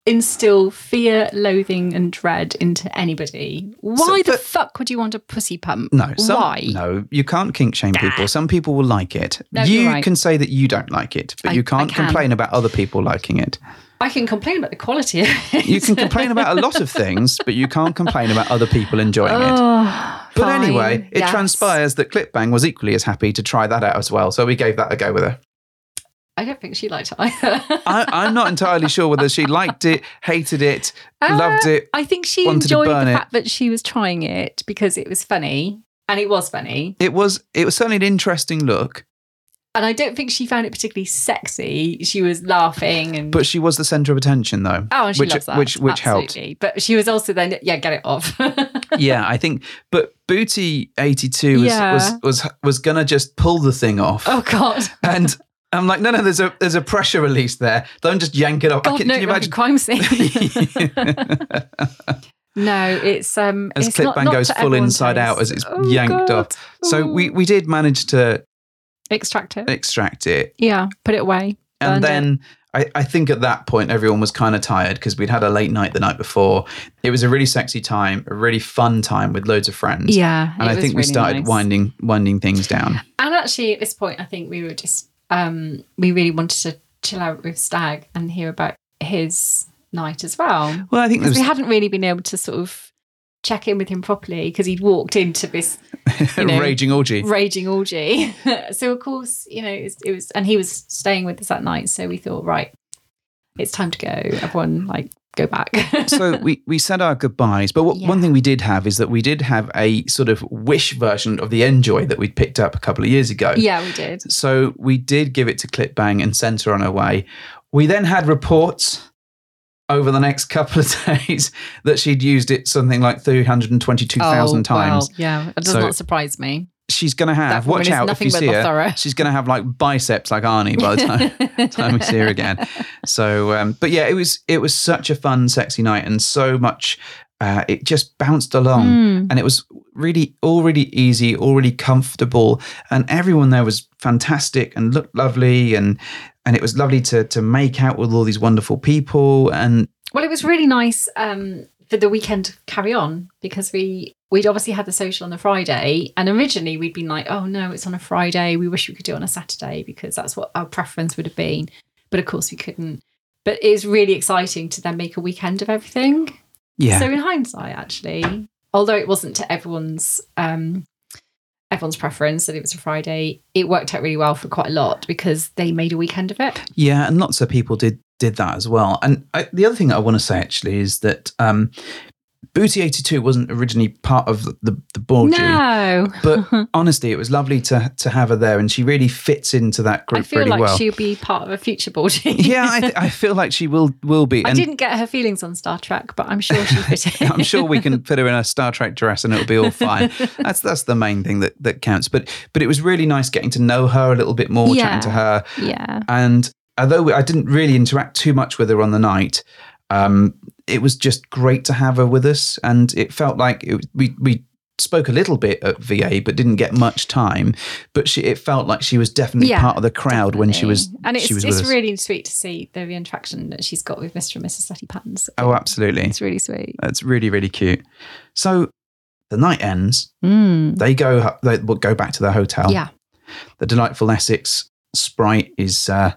instill fear loathing and dread into anybody why the but- fuck would you want a pussy pump No, some, why No, you can't kink shame people. Some people will like it. No, you you're right. can say that you don't like it, but I- you I can't can. complain about other people liking it. I can complain about the quality of it. You can complain about a lot of things, but you can't complain about other people enjoying it. Oh, But fine, anyway, it yes. transpires that Clipbang was equally as happy to try that out as well. So we gave that a go with her. I don't think she liked it either. I, I'm not entirely sure whether she liked it, hated it, Uh, loved it. I think she wanted to enjoyed the burn it. fact that she was trying it because it was funny, and it was funny. It was it was certainly an interesting look, And I don't think she found it particularly sexy. She was laughing and. but she was the centre of attention though. Oh, and she which loves that. which which helped. Absolutely. But she was also then, yeah, get it off. Oh, yeah, I think. But Booty eighty two was, Yeah. was was was gonna just pull the thing off, oh God, and I'm like, no, no, there's a there's a pressure release there. Don't just yank it off. I God, can, no, can you like a imagine? crime scene. no, it's um, As it's not, Clipbang not goes to full everyone's inside out taste. as it's Oh, God. yanked Mm. off. So Ooh. we we did manage to extract it. extract it, Yeah, put it away. and Burned it. then. I, I think at that point everyone was kind of tired because we'd had a late night the night before. It was a really sexy time, a really fun time with loads of friends. Yeah, and it I was think we really started nice. winding winding things down. And actually, at this point, I think we were just um, we really wanted to chill out with Stag and hear about his night as well. Well, I think Because there's we hadn't really been able to sort of check in with him properly because he'd walked into this you know, raging orgy. raging orgy. so of course, you know, it was, it was, and he was staying with us that night. So we thought, right, it's time to go. Everyone, like, go back. so we, we said our goodbyes, but what, one Yeah. thing we did have is that we did have a sort of wish version of the Enjoy that we'd picked up a couple of years ago. yeah, we did. So we did give it to Clipbang and sent her on her way. We then had reports over the next couple of days that she'd used it something like 322,000 times. Oh, yeah, it does So- not surprise me. She's going to have, That woman watch is out if nothing you but see the her, thorough. she's going to have like biceps like Arnie by the time. time we see her again. So, um, but yeah, it was it was such a fun, sexy night, and so much. Uh, it just bounced along, Mm. and it was really all really easy, all really comfortable, and everyone there was fantastic and looked lovely, and and it was lovely to to make out with all these wonderful people, and Well, it was really nice um, for the weekend to carry on because we we'd obviously had the social on the Friday, and originally we'd been like, oh no, it's on a Friday. We wish we could do it on a Saturday because that's what our preference would have been, but of course we couldn't. But it's really exciting to then make a weekend of everything. yeah, So in hindsight, actually, although it wasn't to everyone's um, everyone's preference that it was a Friday, it worked out really well for quite a lot because they made a weekend of it. Yeah, and lots of people did did that as well. And I, the other thing I want to say actually is that um, Booty eighty two wasn't originally part of the the, the board. No, but honestly, it was lovely to to have her there, and she really fits into that I group feel really like well. she'll be part of a future boarding. yeah, I, th- I feel like she will will be. I and didn't get her feelings on Star Trek, but I'm sure she fit in. I'm sure we can put her in a Star Trek dress and it'll be all fine. That's that's the main thing that, that counts. But but it was really nice getting to know her a little bit more, Yeah. chatting to her, yeah. And although we- I didn't really interact too much with her on the night, um, it was just great to have her with us. And it felt like it, we we spoke a little bit at VA, but didn't get much time. But she, it felt like she was definitely Yeah, part of the crowd when she was Definitely. and it's, she was it's with us. really sweet to see the interaction that she's got with Mr. and Mrs. Letty Patton's. Oh, absolutely! It's really sweet. That's really really cute. So the night ends. Mm. They go they will go back to their hotel. Yeah. the delightful Essex Sprite is uh,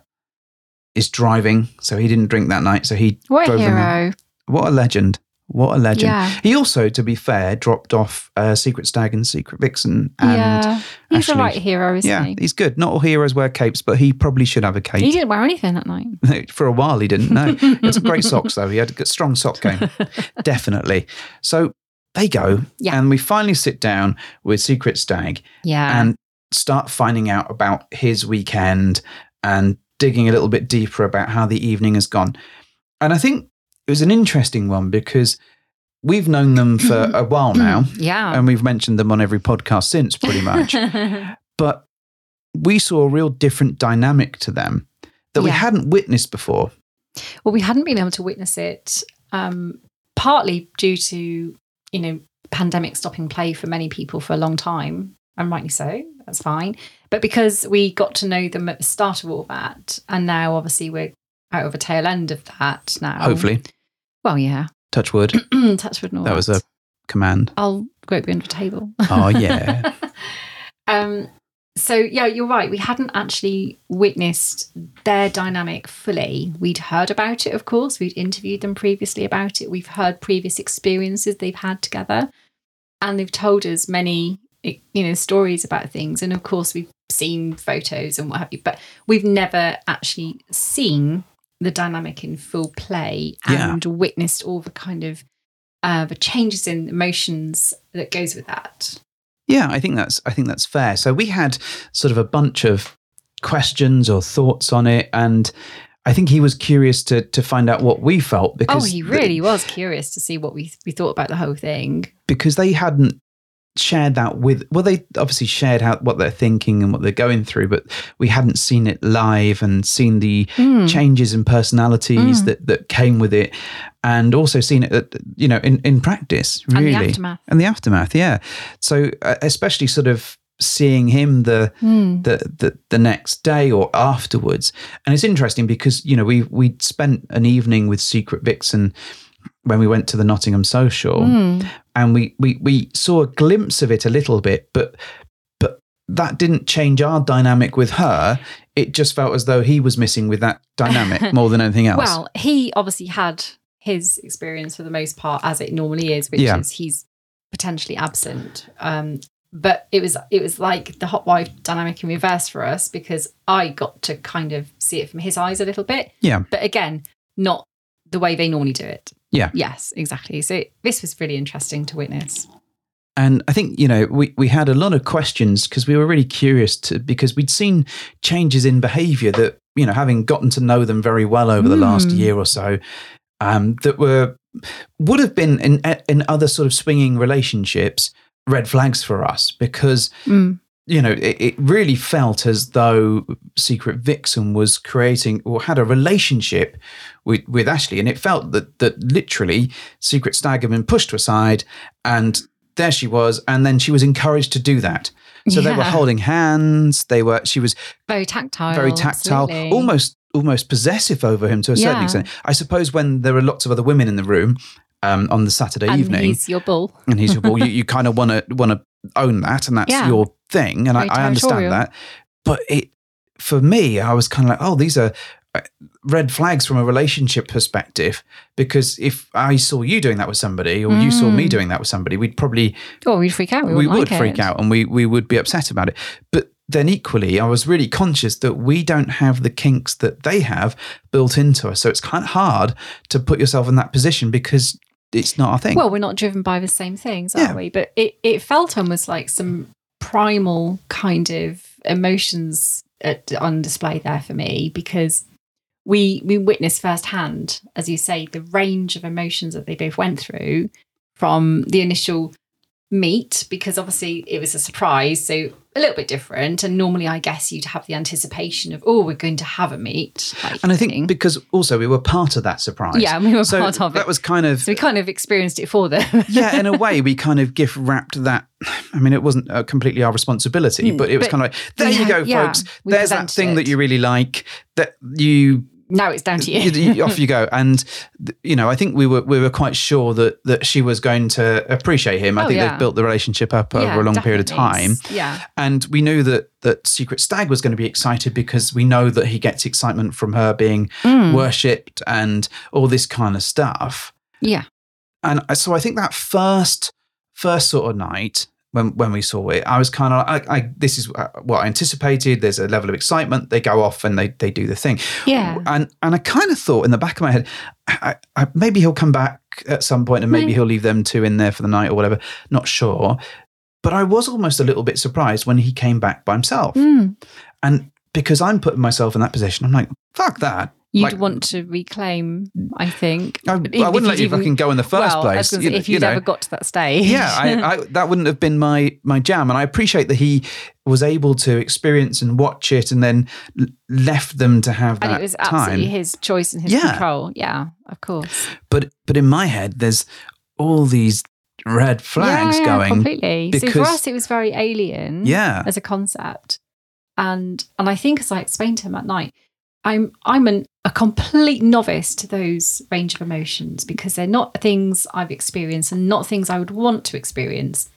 is driving, so he didn't drink that night. So he What a drove them home. hero. What a legend. What a legend. Yeah. He also, to be fair, dropped off uh, Secret Stag and Secret Vixen. And yeah. He's actually- the right hero, isn't yeah, he? he's good. Not all heroes wear capes, but he probably should have a He cape. didn't wear anything that night. For a while, he didn't know. It's great socks, though. He had a good- strong sock game. Definitely. So they go. Yeah. And we finally sit down with Secret Stag Yeah. and start finding out about his weekend and digging a little bit deeper about how the evening has gone. And I think it was an interesting one because we've known them for a while Mm-hmm. now yeah. and we've mentioned them on every podcast since pretty much. but we saw a real different dynamic to them that we Yeah. hadn't witnessed before. Well, we hadn't been able to witness it, um, partly due to you know pandemic stopping play for many people for a long time, and rightly so. That's fine, but because we got to know them at the start of all that, and now obviously we're out of a tail end of that now. Hopefully, Well, yeah. touch wood. Touch wood. and all That was a command. I'll grope you under the table. Oh yeah. um, so yeah, you're right. We hadn't actually witnessed their dynamic fully. We'd heard about it, of course. We'd interviewed them previously about it. We've heard previous experiences they've had together, and they've told us many, you know, stories about things. And of course, we've seen photos and what have you, but we've never actually seen the dynamic in full play Yeah. and witnessed all the kind of uh, the changes in emotions that goes with that. Yeah, I think that's I think that's fair. So we had sort of a bunch of questions or thoughts on it, and I think he was curious to to find out what we felt Oh, because he really was curious to see what we we thought about the whole thing. because they hadn't shared that with well they obviously shared how what they're thinking and what they're going through but we hadn't seen it live and seen the Hmm. changes in personalities Mm. that that came with it and also seen it at, you know in in practice And really the aftermath. and the aftermath yeah so uh, especially sort of seeing him the Hmm. the, the the next day or afterwards. And it's interesting because you know we we spent an evening with Secret Vixen when we went to the Nottingham Hmm. Social, and we we we saw a glimpse of it a little bit, but but that didn't change our dynamic with her. It just felt as though he was missing with that dynamic more than anything else. Well, he obviously had his experience for the most part as it normally is, which Yeah. is he's potentially absent. Um, but it was it was like the hot wife dynamic in reverse for us because I got to kind of see it from his eyes a little bit. Yeah. But again, not the way they normally do it. Yeah. Yes, exactly. So this was really interesting to witness. and I think you know we we had a lot of questions because we were really curious to because we'd seen changes in behaviour that you know having gotten to know them very well over the last Mm. year or so um, that were would have been in in other sort of swinging relationships red flags for us because you know it, it really felt as though secret vixen was creating or had a relationship with with ashley and it felt that that literally secret stag had been pushed aside and there she was and then she was encouraged to do that so they were Yeah. holding hands they were she was Very tactile. very tactile Oh, absolutely. almost almost possessive over him to a certain Yeah. extent i suppose when there are lots of other women in the room um, on the saturday and evening He's your bull. and he's well, you, you kind of want to want to own that, and that's Yeah. your thing, and I, Very I understand territorial. that. But it, for me, I was kind of like, oh, these are uh, red flags from a relationship perspective, because if I saw you doing that with somebody, or you saw me Mm. doing that with somebody, we'd probably Oh, we'd freak out. We, we wouldn't would like it. freak out and we we would be upset about it. But then equally, I was really conscious that we don't have the kinks that they have built into us, so it's kind of hard to put yourself in that position because it's not our thing. Well, we're not driven by the same things, are Yeah. we? But it, it felt almost like some primal kind of emotions at, on display there for me because we we witnessed firsthand, as you say, the range of emotions that they both went through from the initial meet because obviously it was a surprise, so a little bit different. And normally, I guess you'd have the anticipation of, oh, we're going to have a meet, like and I thing. think because also we were part of that surprise. yeah, we were so part of that it. was kind of so we kind of experienced it for them. yeah in a way we kind of gift wrapped that i mean it wasn't uh, completely our responsibility Hmm, but it was but kind of like there we you had- go yeah, folks we there's that presented thing that it. you really like that you now it's down to you. you- you- off you go and th- you know i think we were we were quite sure that that she was going to appreciate him i Oh, think yeah. they've built the relationship up over a long period of time Yeah. and we knew that that secret stag was going to be excited because we know that he gets excitement from her being worshipped and all this kind of stuff Yeah. and I- so I think that first first sort of night when when we saw it, I was kind of like, I, I, this is uh, what I anticipated. There's a level of excitement. They go off and they they do the thing. Yeah. And and I kind of thought in the back of my head, I, I, maybe he'll come back at some point and maybe Maybe. he'll leave them two in there for the night or whatever. Not sure. But I was almost a little bit surprised when he came back by himself. Hmm. And because I'm putting myself in that position, I'm like, fuck that. You'd Like- want to reclaim, I think. I, I Even if wouldn't let you'd you even- fucking go in the first well, I was gonna place. you say, know- if you you'd know. ever got to that stage. yeah, I, I, that wouldn't have been my my jam, and I appreciate that he was able to experience and watch it, and then l- left them to have that and it was uh, time. absolutely his choice and his Yeah. control. Yeah, of course. But but in my head, there's all these red flags yeah, going. Completely. So for because- us, it was very alien. Yeah, as a concept. And and I think as I explained to him at night, I'm I'm an, a complete novice to those range of emotions because they're not things I've experienced and not things I would want to experience.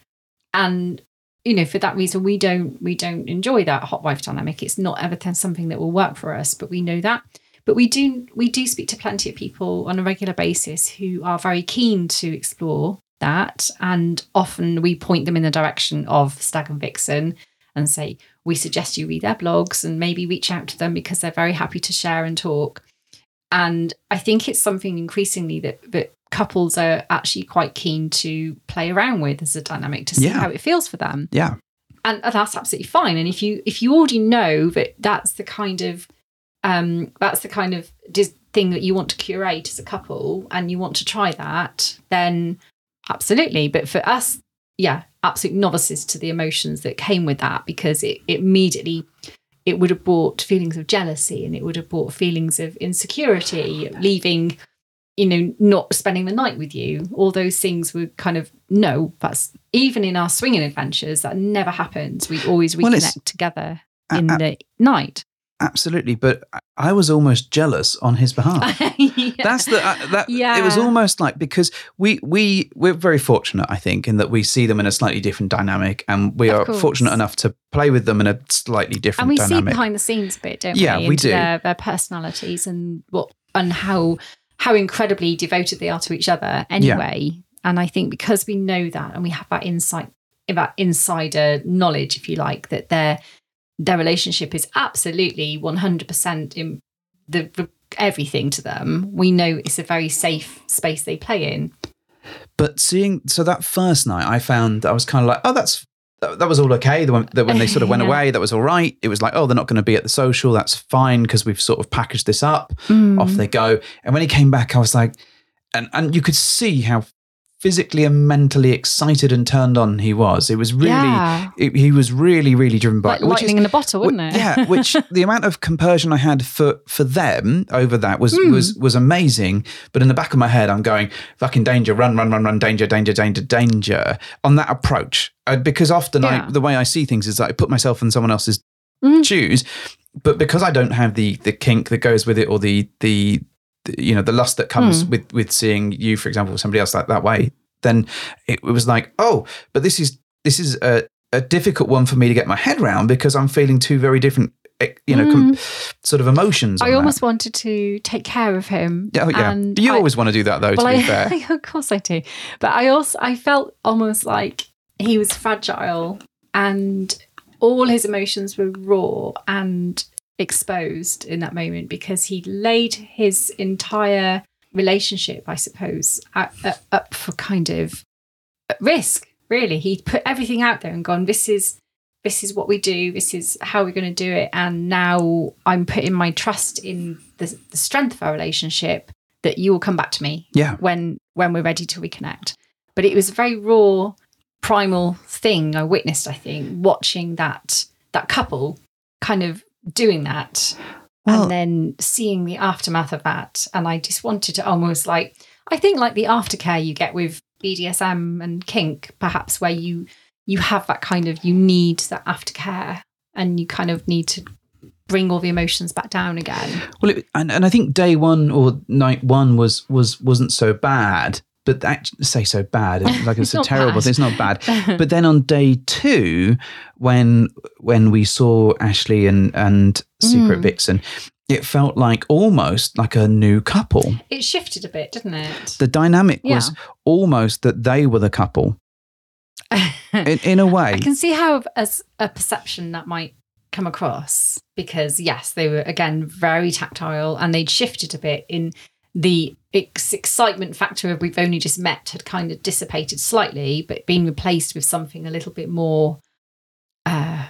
And you know, for that reason, we don't we don't enjoy that hot wife dynamic. It's not ever th- something that will work for us, but we know that. But we do we do speak to plenty of people on a regular basis who are very keen to explore that, and often we point them in the direction of Stag and Vixen and say, we suggest you read their blogs and maybe reach out to them because they're very happy to share and talk. And I think it's something increasingly that, that couples are actually quite keen to play around with as a dynamic to see Yeah. how it feels for them yeah, and and that's absolutely fine and if you if you already know that that's the kind of um that's the kind of dis- thing that you want to curate as a couple and you want to try that then absolutely but for us yeah absolute novices to the emotions that came with that because it, it immediately it would have brought feelings of jealousy and it would have brought feelings of insecurity leaving you know not spending the night with you all those things were kind of no that's even in our swinging adventures that never happens we always Well, it's- reconnect together A- in a- the night absolutely. But I- I was almost jealous on his behalf. Yeah. That's the uh, that it was Yeah. almost like because we we we're very fortunate I think in that we see them in a slightly different dynamic and we Of are course. fortunate enough to play with them in a slightly different and we see dynamic. behind the scenes a bit, don't Yeah, we? we Into do. Their, their personalities and what and how how incredibly devoted they are to each other anyway. And I think because we know that and we have that insight that insider knowledge, if you like, that their their relationship is absolutely one hundred percent in the, the everything to them. We know it's a very safe space they play in. but seeing so that first night I found I was kind of like oh that's that, that was all okay the one, that when they sort of went Yeah. away that was all right it was like oh they're not going to be at the social that's fine because we've sort of packaged this up Mm. off they go and when he came back I was like and and you could see how physically and mentally excited and turned on he was it was really Yeah. it, he was really really driven by like lightning in a bottle, Wh- wouldn't it? yeah, which the amount of compersion I had for for them over that was was was amazing. But in the back of my head, I'm going fucking danger, run, run, run, run, danger, danger, danger, danger on that approach uh, because often Yeah. I the way I see things is that I put myself in someone else's shoes, but because I don't have the the kink that goes with it or the the, the you know the lust that comes Hmm. with with seeing you, for example, somebody else like that way, then it was like oh, but this is this is a a difficult one for me to get my head round because I'm feeling two very different, eh, you know, com- sort of emotions. on Hmm. I that. almost wanted to take care of him. yeah, oh, yeah. and you I- always want to do that though. well, to be I- fair, of course I do. But I also I felt almost like he was fragile and all his emotions were raw and exposed in that moment because he laid his entire relationship, I suppose, at, at- up for kind of at risk. Really, he'd put everything out there and gone, "This is." This is what we do. This is how we're going to do it. And now I'm putting my trust in the, the strength of our relationship that you will come back to me yeah, when when we're ready to reconnect. But it was a very raw, primal thing I witnessed. I think watching that that couple kind of doing that, Well- and then seeing the aftermath of that, and I just wanted to almost like I think like the aftercare you get with BDSM and kink, perhaps where you you have that kind of you need that aftercare, and you kind of need to bring all the emotions back down again. Well, it, and and I think day one or night one was was wasn't so bad, but that say so bad it's like It's it's, a not terrible bad. thing. It's not bad. but then on day two, when when we saw Ashley and and Secret Mm. Vixen, it felt like almost like a new couple. It shifted a bit, didn't it? The dynamic was almost that they were the couple. in, in a way, I can see how, as a perception, that might come across because, yes, they were again very tactile and they'd shifted a bit in the ex- excitement factor of we've only just met had kind of dissipated slightly, but been replaced with something a little bit more uh,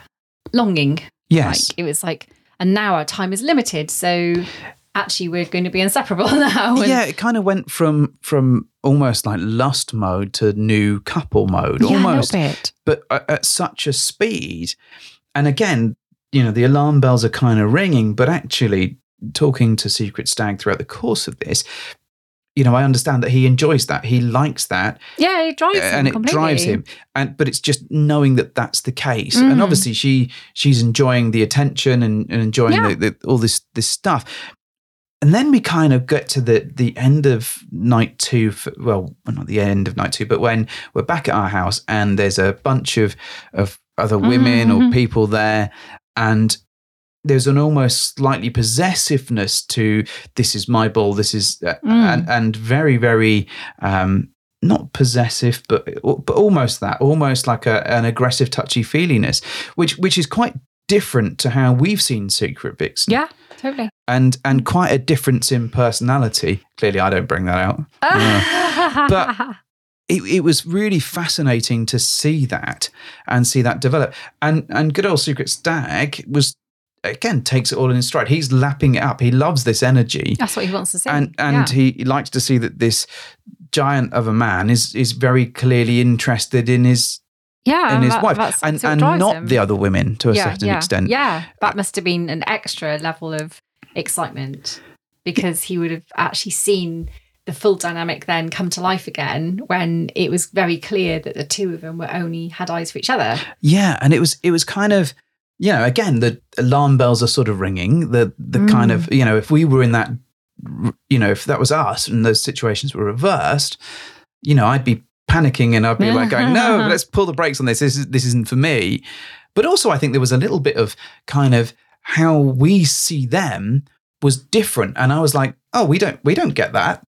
longing. yes. Like it was like, and now our time is limited. So actually, we're going to be inseparable now. And yeah, it kind of went from from almost like lust mode to new couple mode, Yeah, a little almost. bit. but at, at such a speed. And again, you know, the alarm bells are kind of ringing, but actually, talking to Secret Stag throughout the course of this, you know, I understand that he enjoys that, he likes that, Yeah, it drives him and it completely. drives him. And but it's just knowing that that's the case. Mm. And obviously, she she's enjoying the attention and, and enjoying Yeah. the, the, all this this stuff. And then we kind of get to the the end of night two. For, well, well, not the end of night two, but when we're back at our house and there's a bunch of of other women or Mhm. people there, and there's an almost slightly possessiveness to this is my ball, this is uh, Mm. and and very very um, not possessive, but but almost that, almost like a, an aggressive touchy feeliness, which which is quite different to how we've seen Secret Vixen, Yeah, totally. and and quite a difference in personality. Clearly, I don't bring that out. But- It, it was really fascinating to see that and see that develop, and and good old Secret Stag was again takes it all in his stride. He's lapping it up. He loves this energy. That's what he wants to see. and and yeah. he likes to see that this giant of a man is is very clearly interested in his yeah, in his that- wife that's- and so it and drives not him. the other women to a yeah, certain yeah, extent Uh, Yeah, that must have been an extra level of excitement because he would have actually seen the full dynamic then come to life again when it was very clear that the two of them were only had eyes for each other. yeah and it was it was kind of you know, again, the alarm bells are sort of ringing. The the kind of you know, if we were in that, you know, if that was us and those situations were reversed, you know, I'd be panicking and I'd be like going, no, let's pull the brakes on this. This is, this isn't for me. But also, I think there was a little bit of kind of how we see them was different, and I was like, oh, we don't we don't get that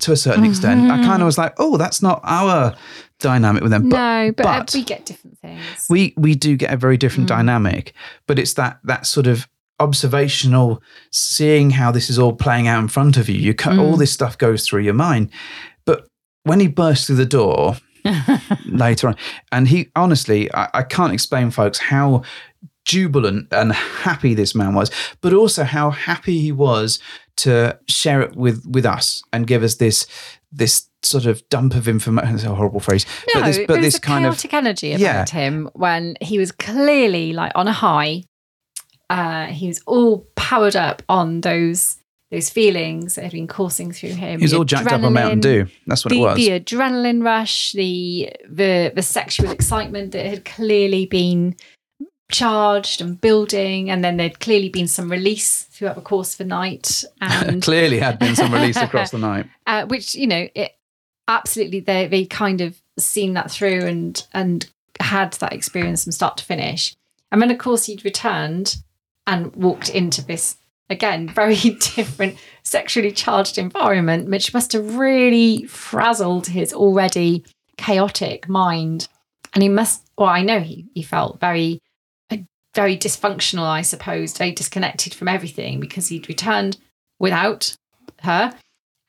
to a certain extent. I kind of was like, oh, that's not our dynamic with them. But no, but, uh, but- we get different things. we we do get a very different Mm. dynamic but it's that that sort of observational seeing how this is all playing out in front of you you cut all Mm. this stuff goes through your mind but when he bursts through the door later on and he honestly I, I can't explain folks how jubilant and happy this man was but also how happy he was to share it with with us and give us this this sort of dump of information it's a horrible phrase no, but this there but was this a kind of chaotic energy about Yeah. him when he was clearly like on a high. Uh, he was all powered up on those those feelings that had been coursing through him. He was The all jacked up on Mountain adrenaline, Dew. That's what the, it was. the adrenaline rush, the the the sexual excitement that had clearly been charged and building, and then there'd clearly been some release throughout the course of the night, and Clearly had been some release across the night. uh, which you know it absolutely they they kind of seen that through and and had that experience from start to finish and then of course he'd returned and walked into this again very different sexually charged environment which must have really frazzled his already chaotic mind and he must well i know he, he felt very uh, very dysfunctional i suppose very disconnected from everything because he'd returned without her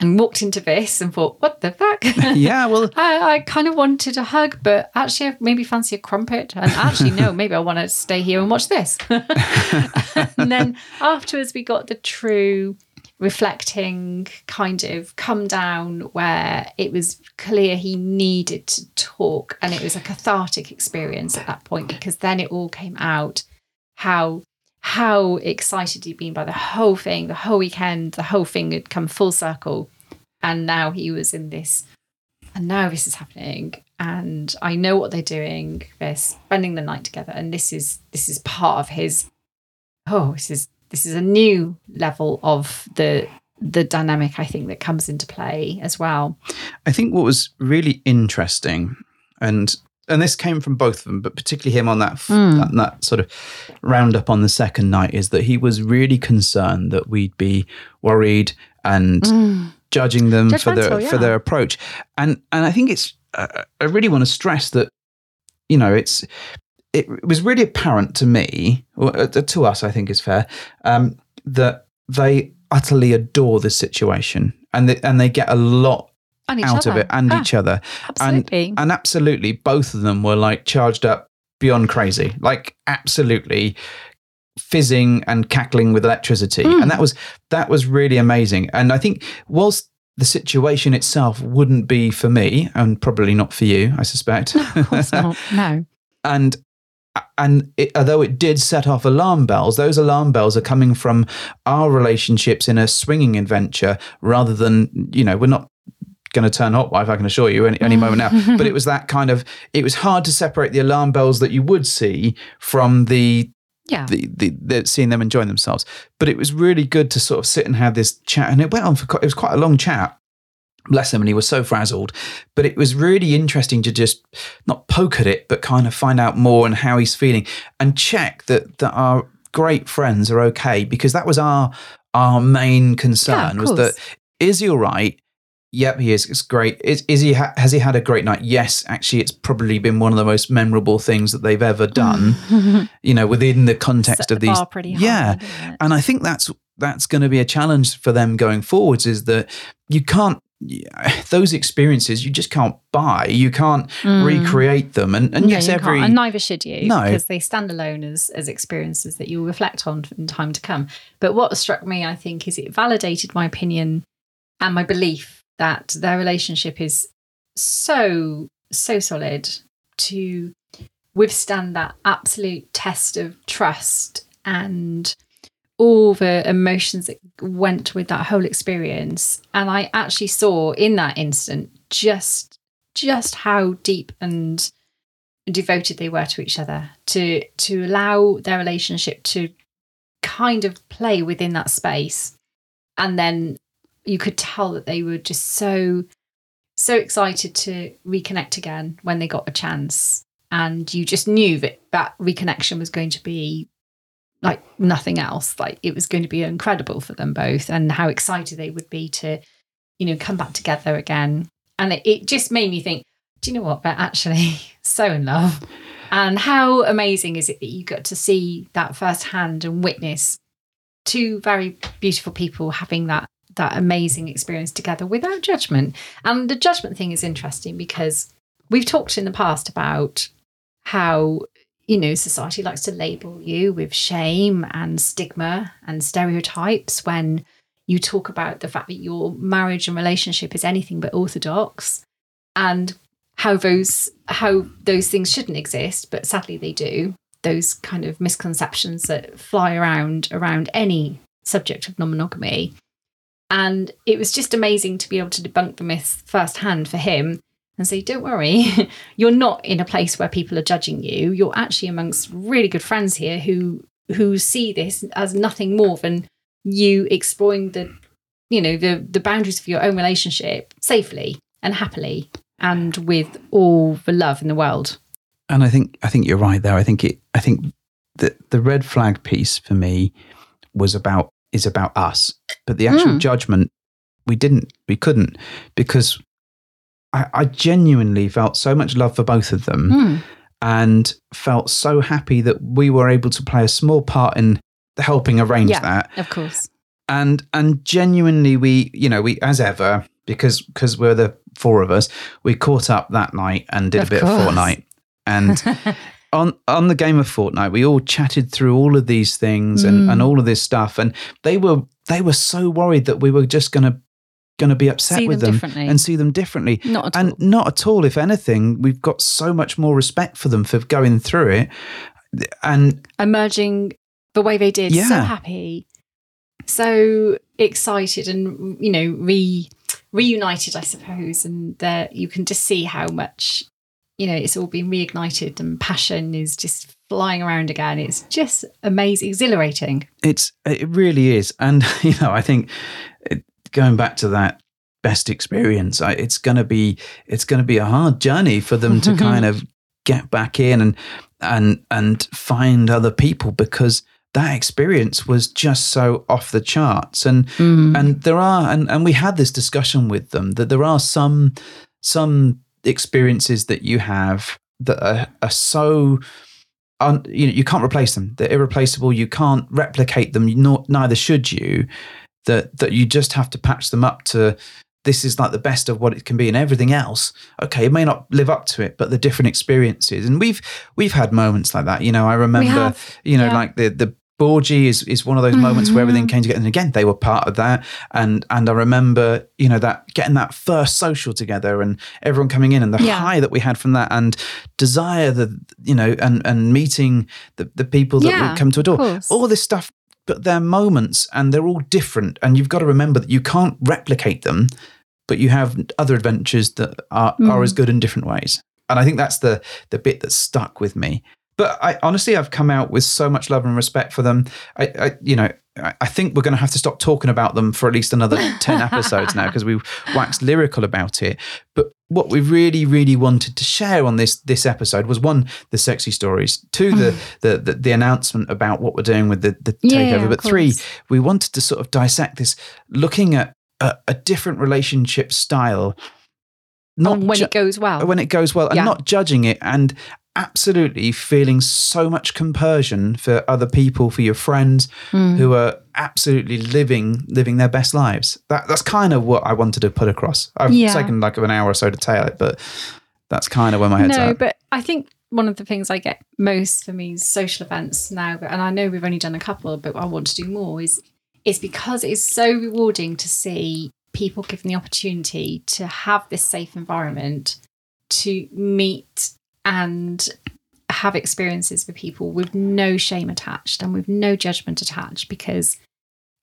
and walked into this and thought, what the fuck? Yeah, well, I, I kind of wanted a hug, but actually, I maybe fancy a crumpet. And actually, no, maybe I want to stay here and watch this. and then afterwards, we got the true reflecting kind of come down where it was clear he needed to talk. And it was a cathartic experience at that point because then it all came out how. How excited he'd been by the whole thing, the whole weekend, the whole thing had come full circle. And now he was in this and now this is happening and i know what they're doing they're spending the night together and this is this is part of his oh this is this is a new level of the the dynamic i think that comes into play as well I think what was really interesting, and and this came from both of them, but particularly him on that f- Hmm. that, that sort of roundup on the second night, is that he was really concerned that we'd be worried and judging them for Hmm. their Judgmental, for yeah. their approach, and and I think it's uh, I really want to stress that you know it's it was really apparent to me, or uh, to us, I think is fair, um, that they utterly adore this situation and they, and they get a lot and each out other. of it and Ah, each other. absolutely And absolutely, both of them were like charged up beyond crazy, like absolutely fizzing and cackling with electricity. Hmm. And that was that was really amazing. And I think whilst the situation itself wouldn't be for me, and probably not for you, I suspect. of course not no and and it, although it did set off alarm bells, those alarm bells are coming from our relationships in a swinging adventure rather than you know we're not going to turn hot wife. I can assure you any, any moment now. But it was that kind of it was hard to separate the alarm bells that you would see from the yeah the, the, the seeing them enjoying themselves. But it was really good to sort of sit and have this chat, and it went on for quite, it was quite a long chat. Bless him, and he was so frazzled. But it was really interesting to just not poke at it, but kind of find out more and how he's feeling, and check that that our great friends are okay because that was our our main of concern was course. that is he all right? Yep, he is. It's great. Is, is he? Ha- has he had a great night? Yes, actually, it's probably been one of the most memorable things that they've ever done. you know, within the context Set of the these. bar pretty high, yeah, didn't it? and I think that's that's going to be a challenge for them going forwards. Is that you can't yeah, those experiences you just can't buy. You can't recreate them. And and Mm. No, yes, you can't. every and neither should you No. because they stand alone as as experiences that you'll reflect on in time to come but what struck me i think is it validated my opinion and my belief that their relationship is so so solid to withstand that absolute test of trust and all the emotions that went with that whole experience and i actually saw in that instant just just how deep and devoted they were to each other to to allow their relationship to kind of play within that space and then you could tell that they were just so so excited to reconnect again when they got a chance and you just knew that that reconnection was going to be like nothing else like it was going to be incredible for them both and how excited they would be to you know come back together again and it, it just made me think do you know what they're actually so in love and how amazing is it that you got to see that firsthand and witness two very beautiful people having that that amazing experience together without judgment. And the judgment thing is interesting because we've talked in the past about how you know society likes to label you with shame and stigma and stereotypes when you talk about the fact that your marriage and relationship is anything but orthodox and how those how those things shouldn't exist but sadly they do those kind of misconceptions that fly around around any subject of non-monogamy and it was just amazing to be able to debunk the myth firsthand for him and say, don't worry, you're not in a place where people are judging you. You're actually amongst really good friends here who who see this as nothing more than you exploring the you know the the boundaries of your own relationship safely and happily and with all the love in the world. and I think I think you're right there. I think it. I think the the red flag piece for me was about is about us, but the actual Mm. judgment we didn't we couldn't because I, I genuinely felt so much love for both of them Hmm. and felt so happy that we were able to play a small part in helping arrange Yeah. that of course. and and genuinely we you know we as ever because because we're the four of us we caught up that night and did Of a bit course. of Fortnite and on on the game of Fortnite, we all chatted through all of these things and, Mm. and all of this stuff, and they were they were so worried that we were just gonna gonna be upset See with them them, differently. and see them differently. Not at and all. not at all. If anything, we've got so much more respect for them for going through it, and emerging the way they did. So Yeah. happy, so excited, and you know, re reunited, I suppose. And there, you can just see how much you know it's all been reignited, and passion is just flying around again. It's just amazing, exhilarating. it's it really is. And you know, I think it, going back to that best experience, I, it's gonna be it's gonna be a hard journey for them to kind of get back in and and and find other people because that experience was just so off the charts and and there are and, and we had this discussion with them that there are some some experiences that you have that are, are so un, you know you can't replace them they're irreplaceable you can't replicate them nor, neither should you that that you just have to patch them up to this is like the best of what it can be and everything else okay it may not live up to it but the different experiences and we've we've had moments like that you know i remember have, you know yeah. Mm-hmm. like the the Borgie is, is one of those moments where everything came together. And again, they were part of that. And and I remember, you know, that getting that first social together and everyone coming in and the Yeah. high that we had from that and desire the you know, and and meeting the, the people that Yeah, we come to adore. course. All this stuff, but they're moments and they're all different. And you've got to remember that you can't replicate them, but you have other adventures that are, are Mm. as good in different ways. And I think that's the the bit that stuck with me. But I honestly, I've come out with so much love and respect for them. I, I you know, I, I think we're going to have to stop talking about them for at least another ten episodes now because we've waxed lyrical about it. But what we really, really wanted to share on this this episode was one, the sexy stories; two, the the, the, the announcement about what we're doing with the, the Yeah, takeover; of but three, course. we wanted to sort of dissect this, looking at a, a different relationship style. and when ju- it goes well, when it goes well and Yeah. not judging it and absolutely feeling so much compersion for other people for your friends Hmm. who are absolutely living living their best lives that that's kind of what i wanted to put across i've Yeah. taken like an hour or so to tail it but that's kind of where my head's no, at but I think one of the things I get most for me is social events now, and I know we've only done a couple, but I want to do more. Is is because it's so rewarding to see people given the opportunity to have this safe environment to meet and have experiences with people with no shame attached and with no judgment attached because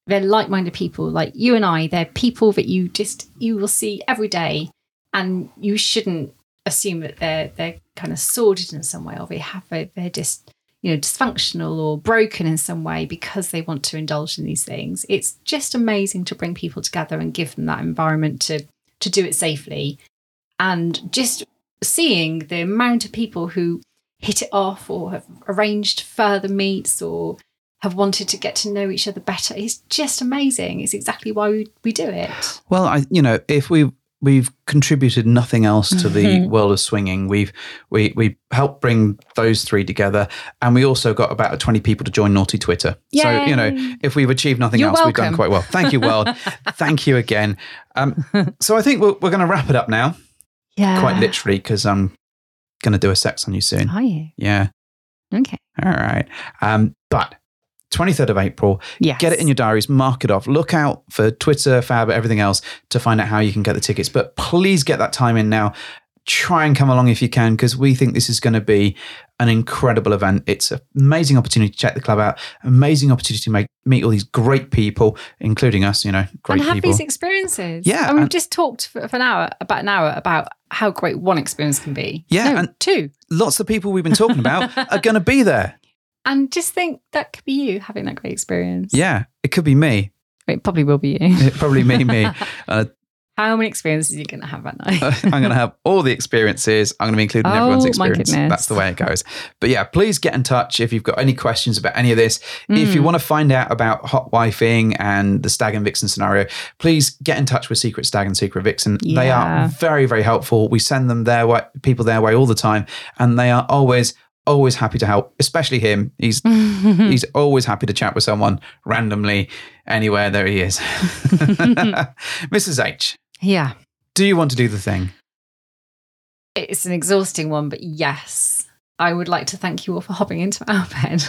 they're like-minded people like you and I they're people that you just you will see every day and you shouldn't assume that they're they're kind of sordid in some way or they have a, they're just you know dysfunctional or broken in some way because they want to indulge in these things it's just amazing to bring people together and give them that environment to to do it safely and just seeing the amount of people who hit it off or have arranged further meets or have wanted to get to know each other better is just amazing it's exactly why we, we do it Well, I you know if we we've contributed nothing else to Mm-hmm. the world of swinging, we've we we helped bring those three together, and we also got about twenty people to join Naughty Twitter. So you know Yay. if we've achieved nothing You're else, we've done welcome. quite well. Thank you, world. Thank you again. Um, so I think we're, we're going to wrap it up now, yeah quite literally, because I'm going to do a sex on you soon. are you Yeah. okay All right. Um, but. 23rd of April, yeah Get it in your diaries, mark it off. Look out for Twitter, Fab, everything else to find out how you can get the tickets. But please get that time in now. Try and come along if you can, because we think this is going to be an incredible event. It's an amazing opportunity to check the club out, amazing opportunity to make, meet all these great people, including us, you know, great and have people. these experiences. Yeah, and we've and- just talked for, for an hour about an hour about how great one experience can be. Yeah, No, and- two. Lots of people we've been talking about are going to be there. And just think that could be you having that great experience. Yeah, it could be me. it probably will be you. It probably me, me. Uh, How many experiences are you going to have that night? I'm going to have all the experiences. I'm going to be including Oh, everyone's my experience. goodness. That's the way it goes. But yeah, please get in touch if you've got any questions about any of this. If Mm. you want to find out about hot wifing and the stag and vixen scenario, please get in touch with Secret Stag and Secret Vixen. They are Yeah. very, very helpful. We send them their way, people their way all the time, and they are always. Always happy to help, especially him. He's he's always happy to chat with someone randomly anywhere. There he is, Mrs. H. yeah. Do you want to do the thing? It's an exhausting one, but yes. I would like to thank you all for hopping into our bed.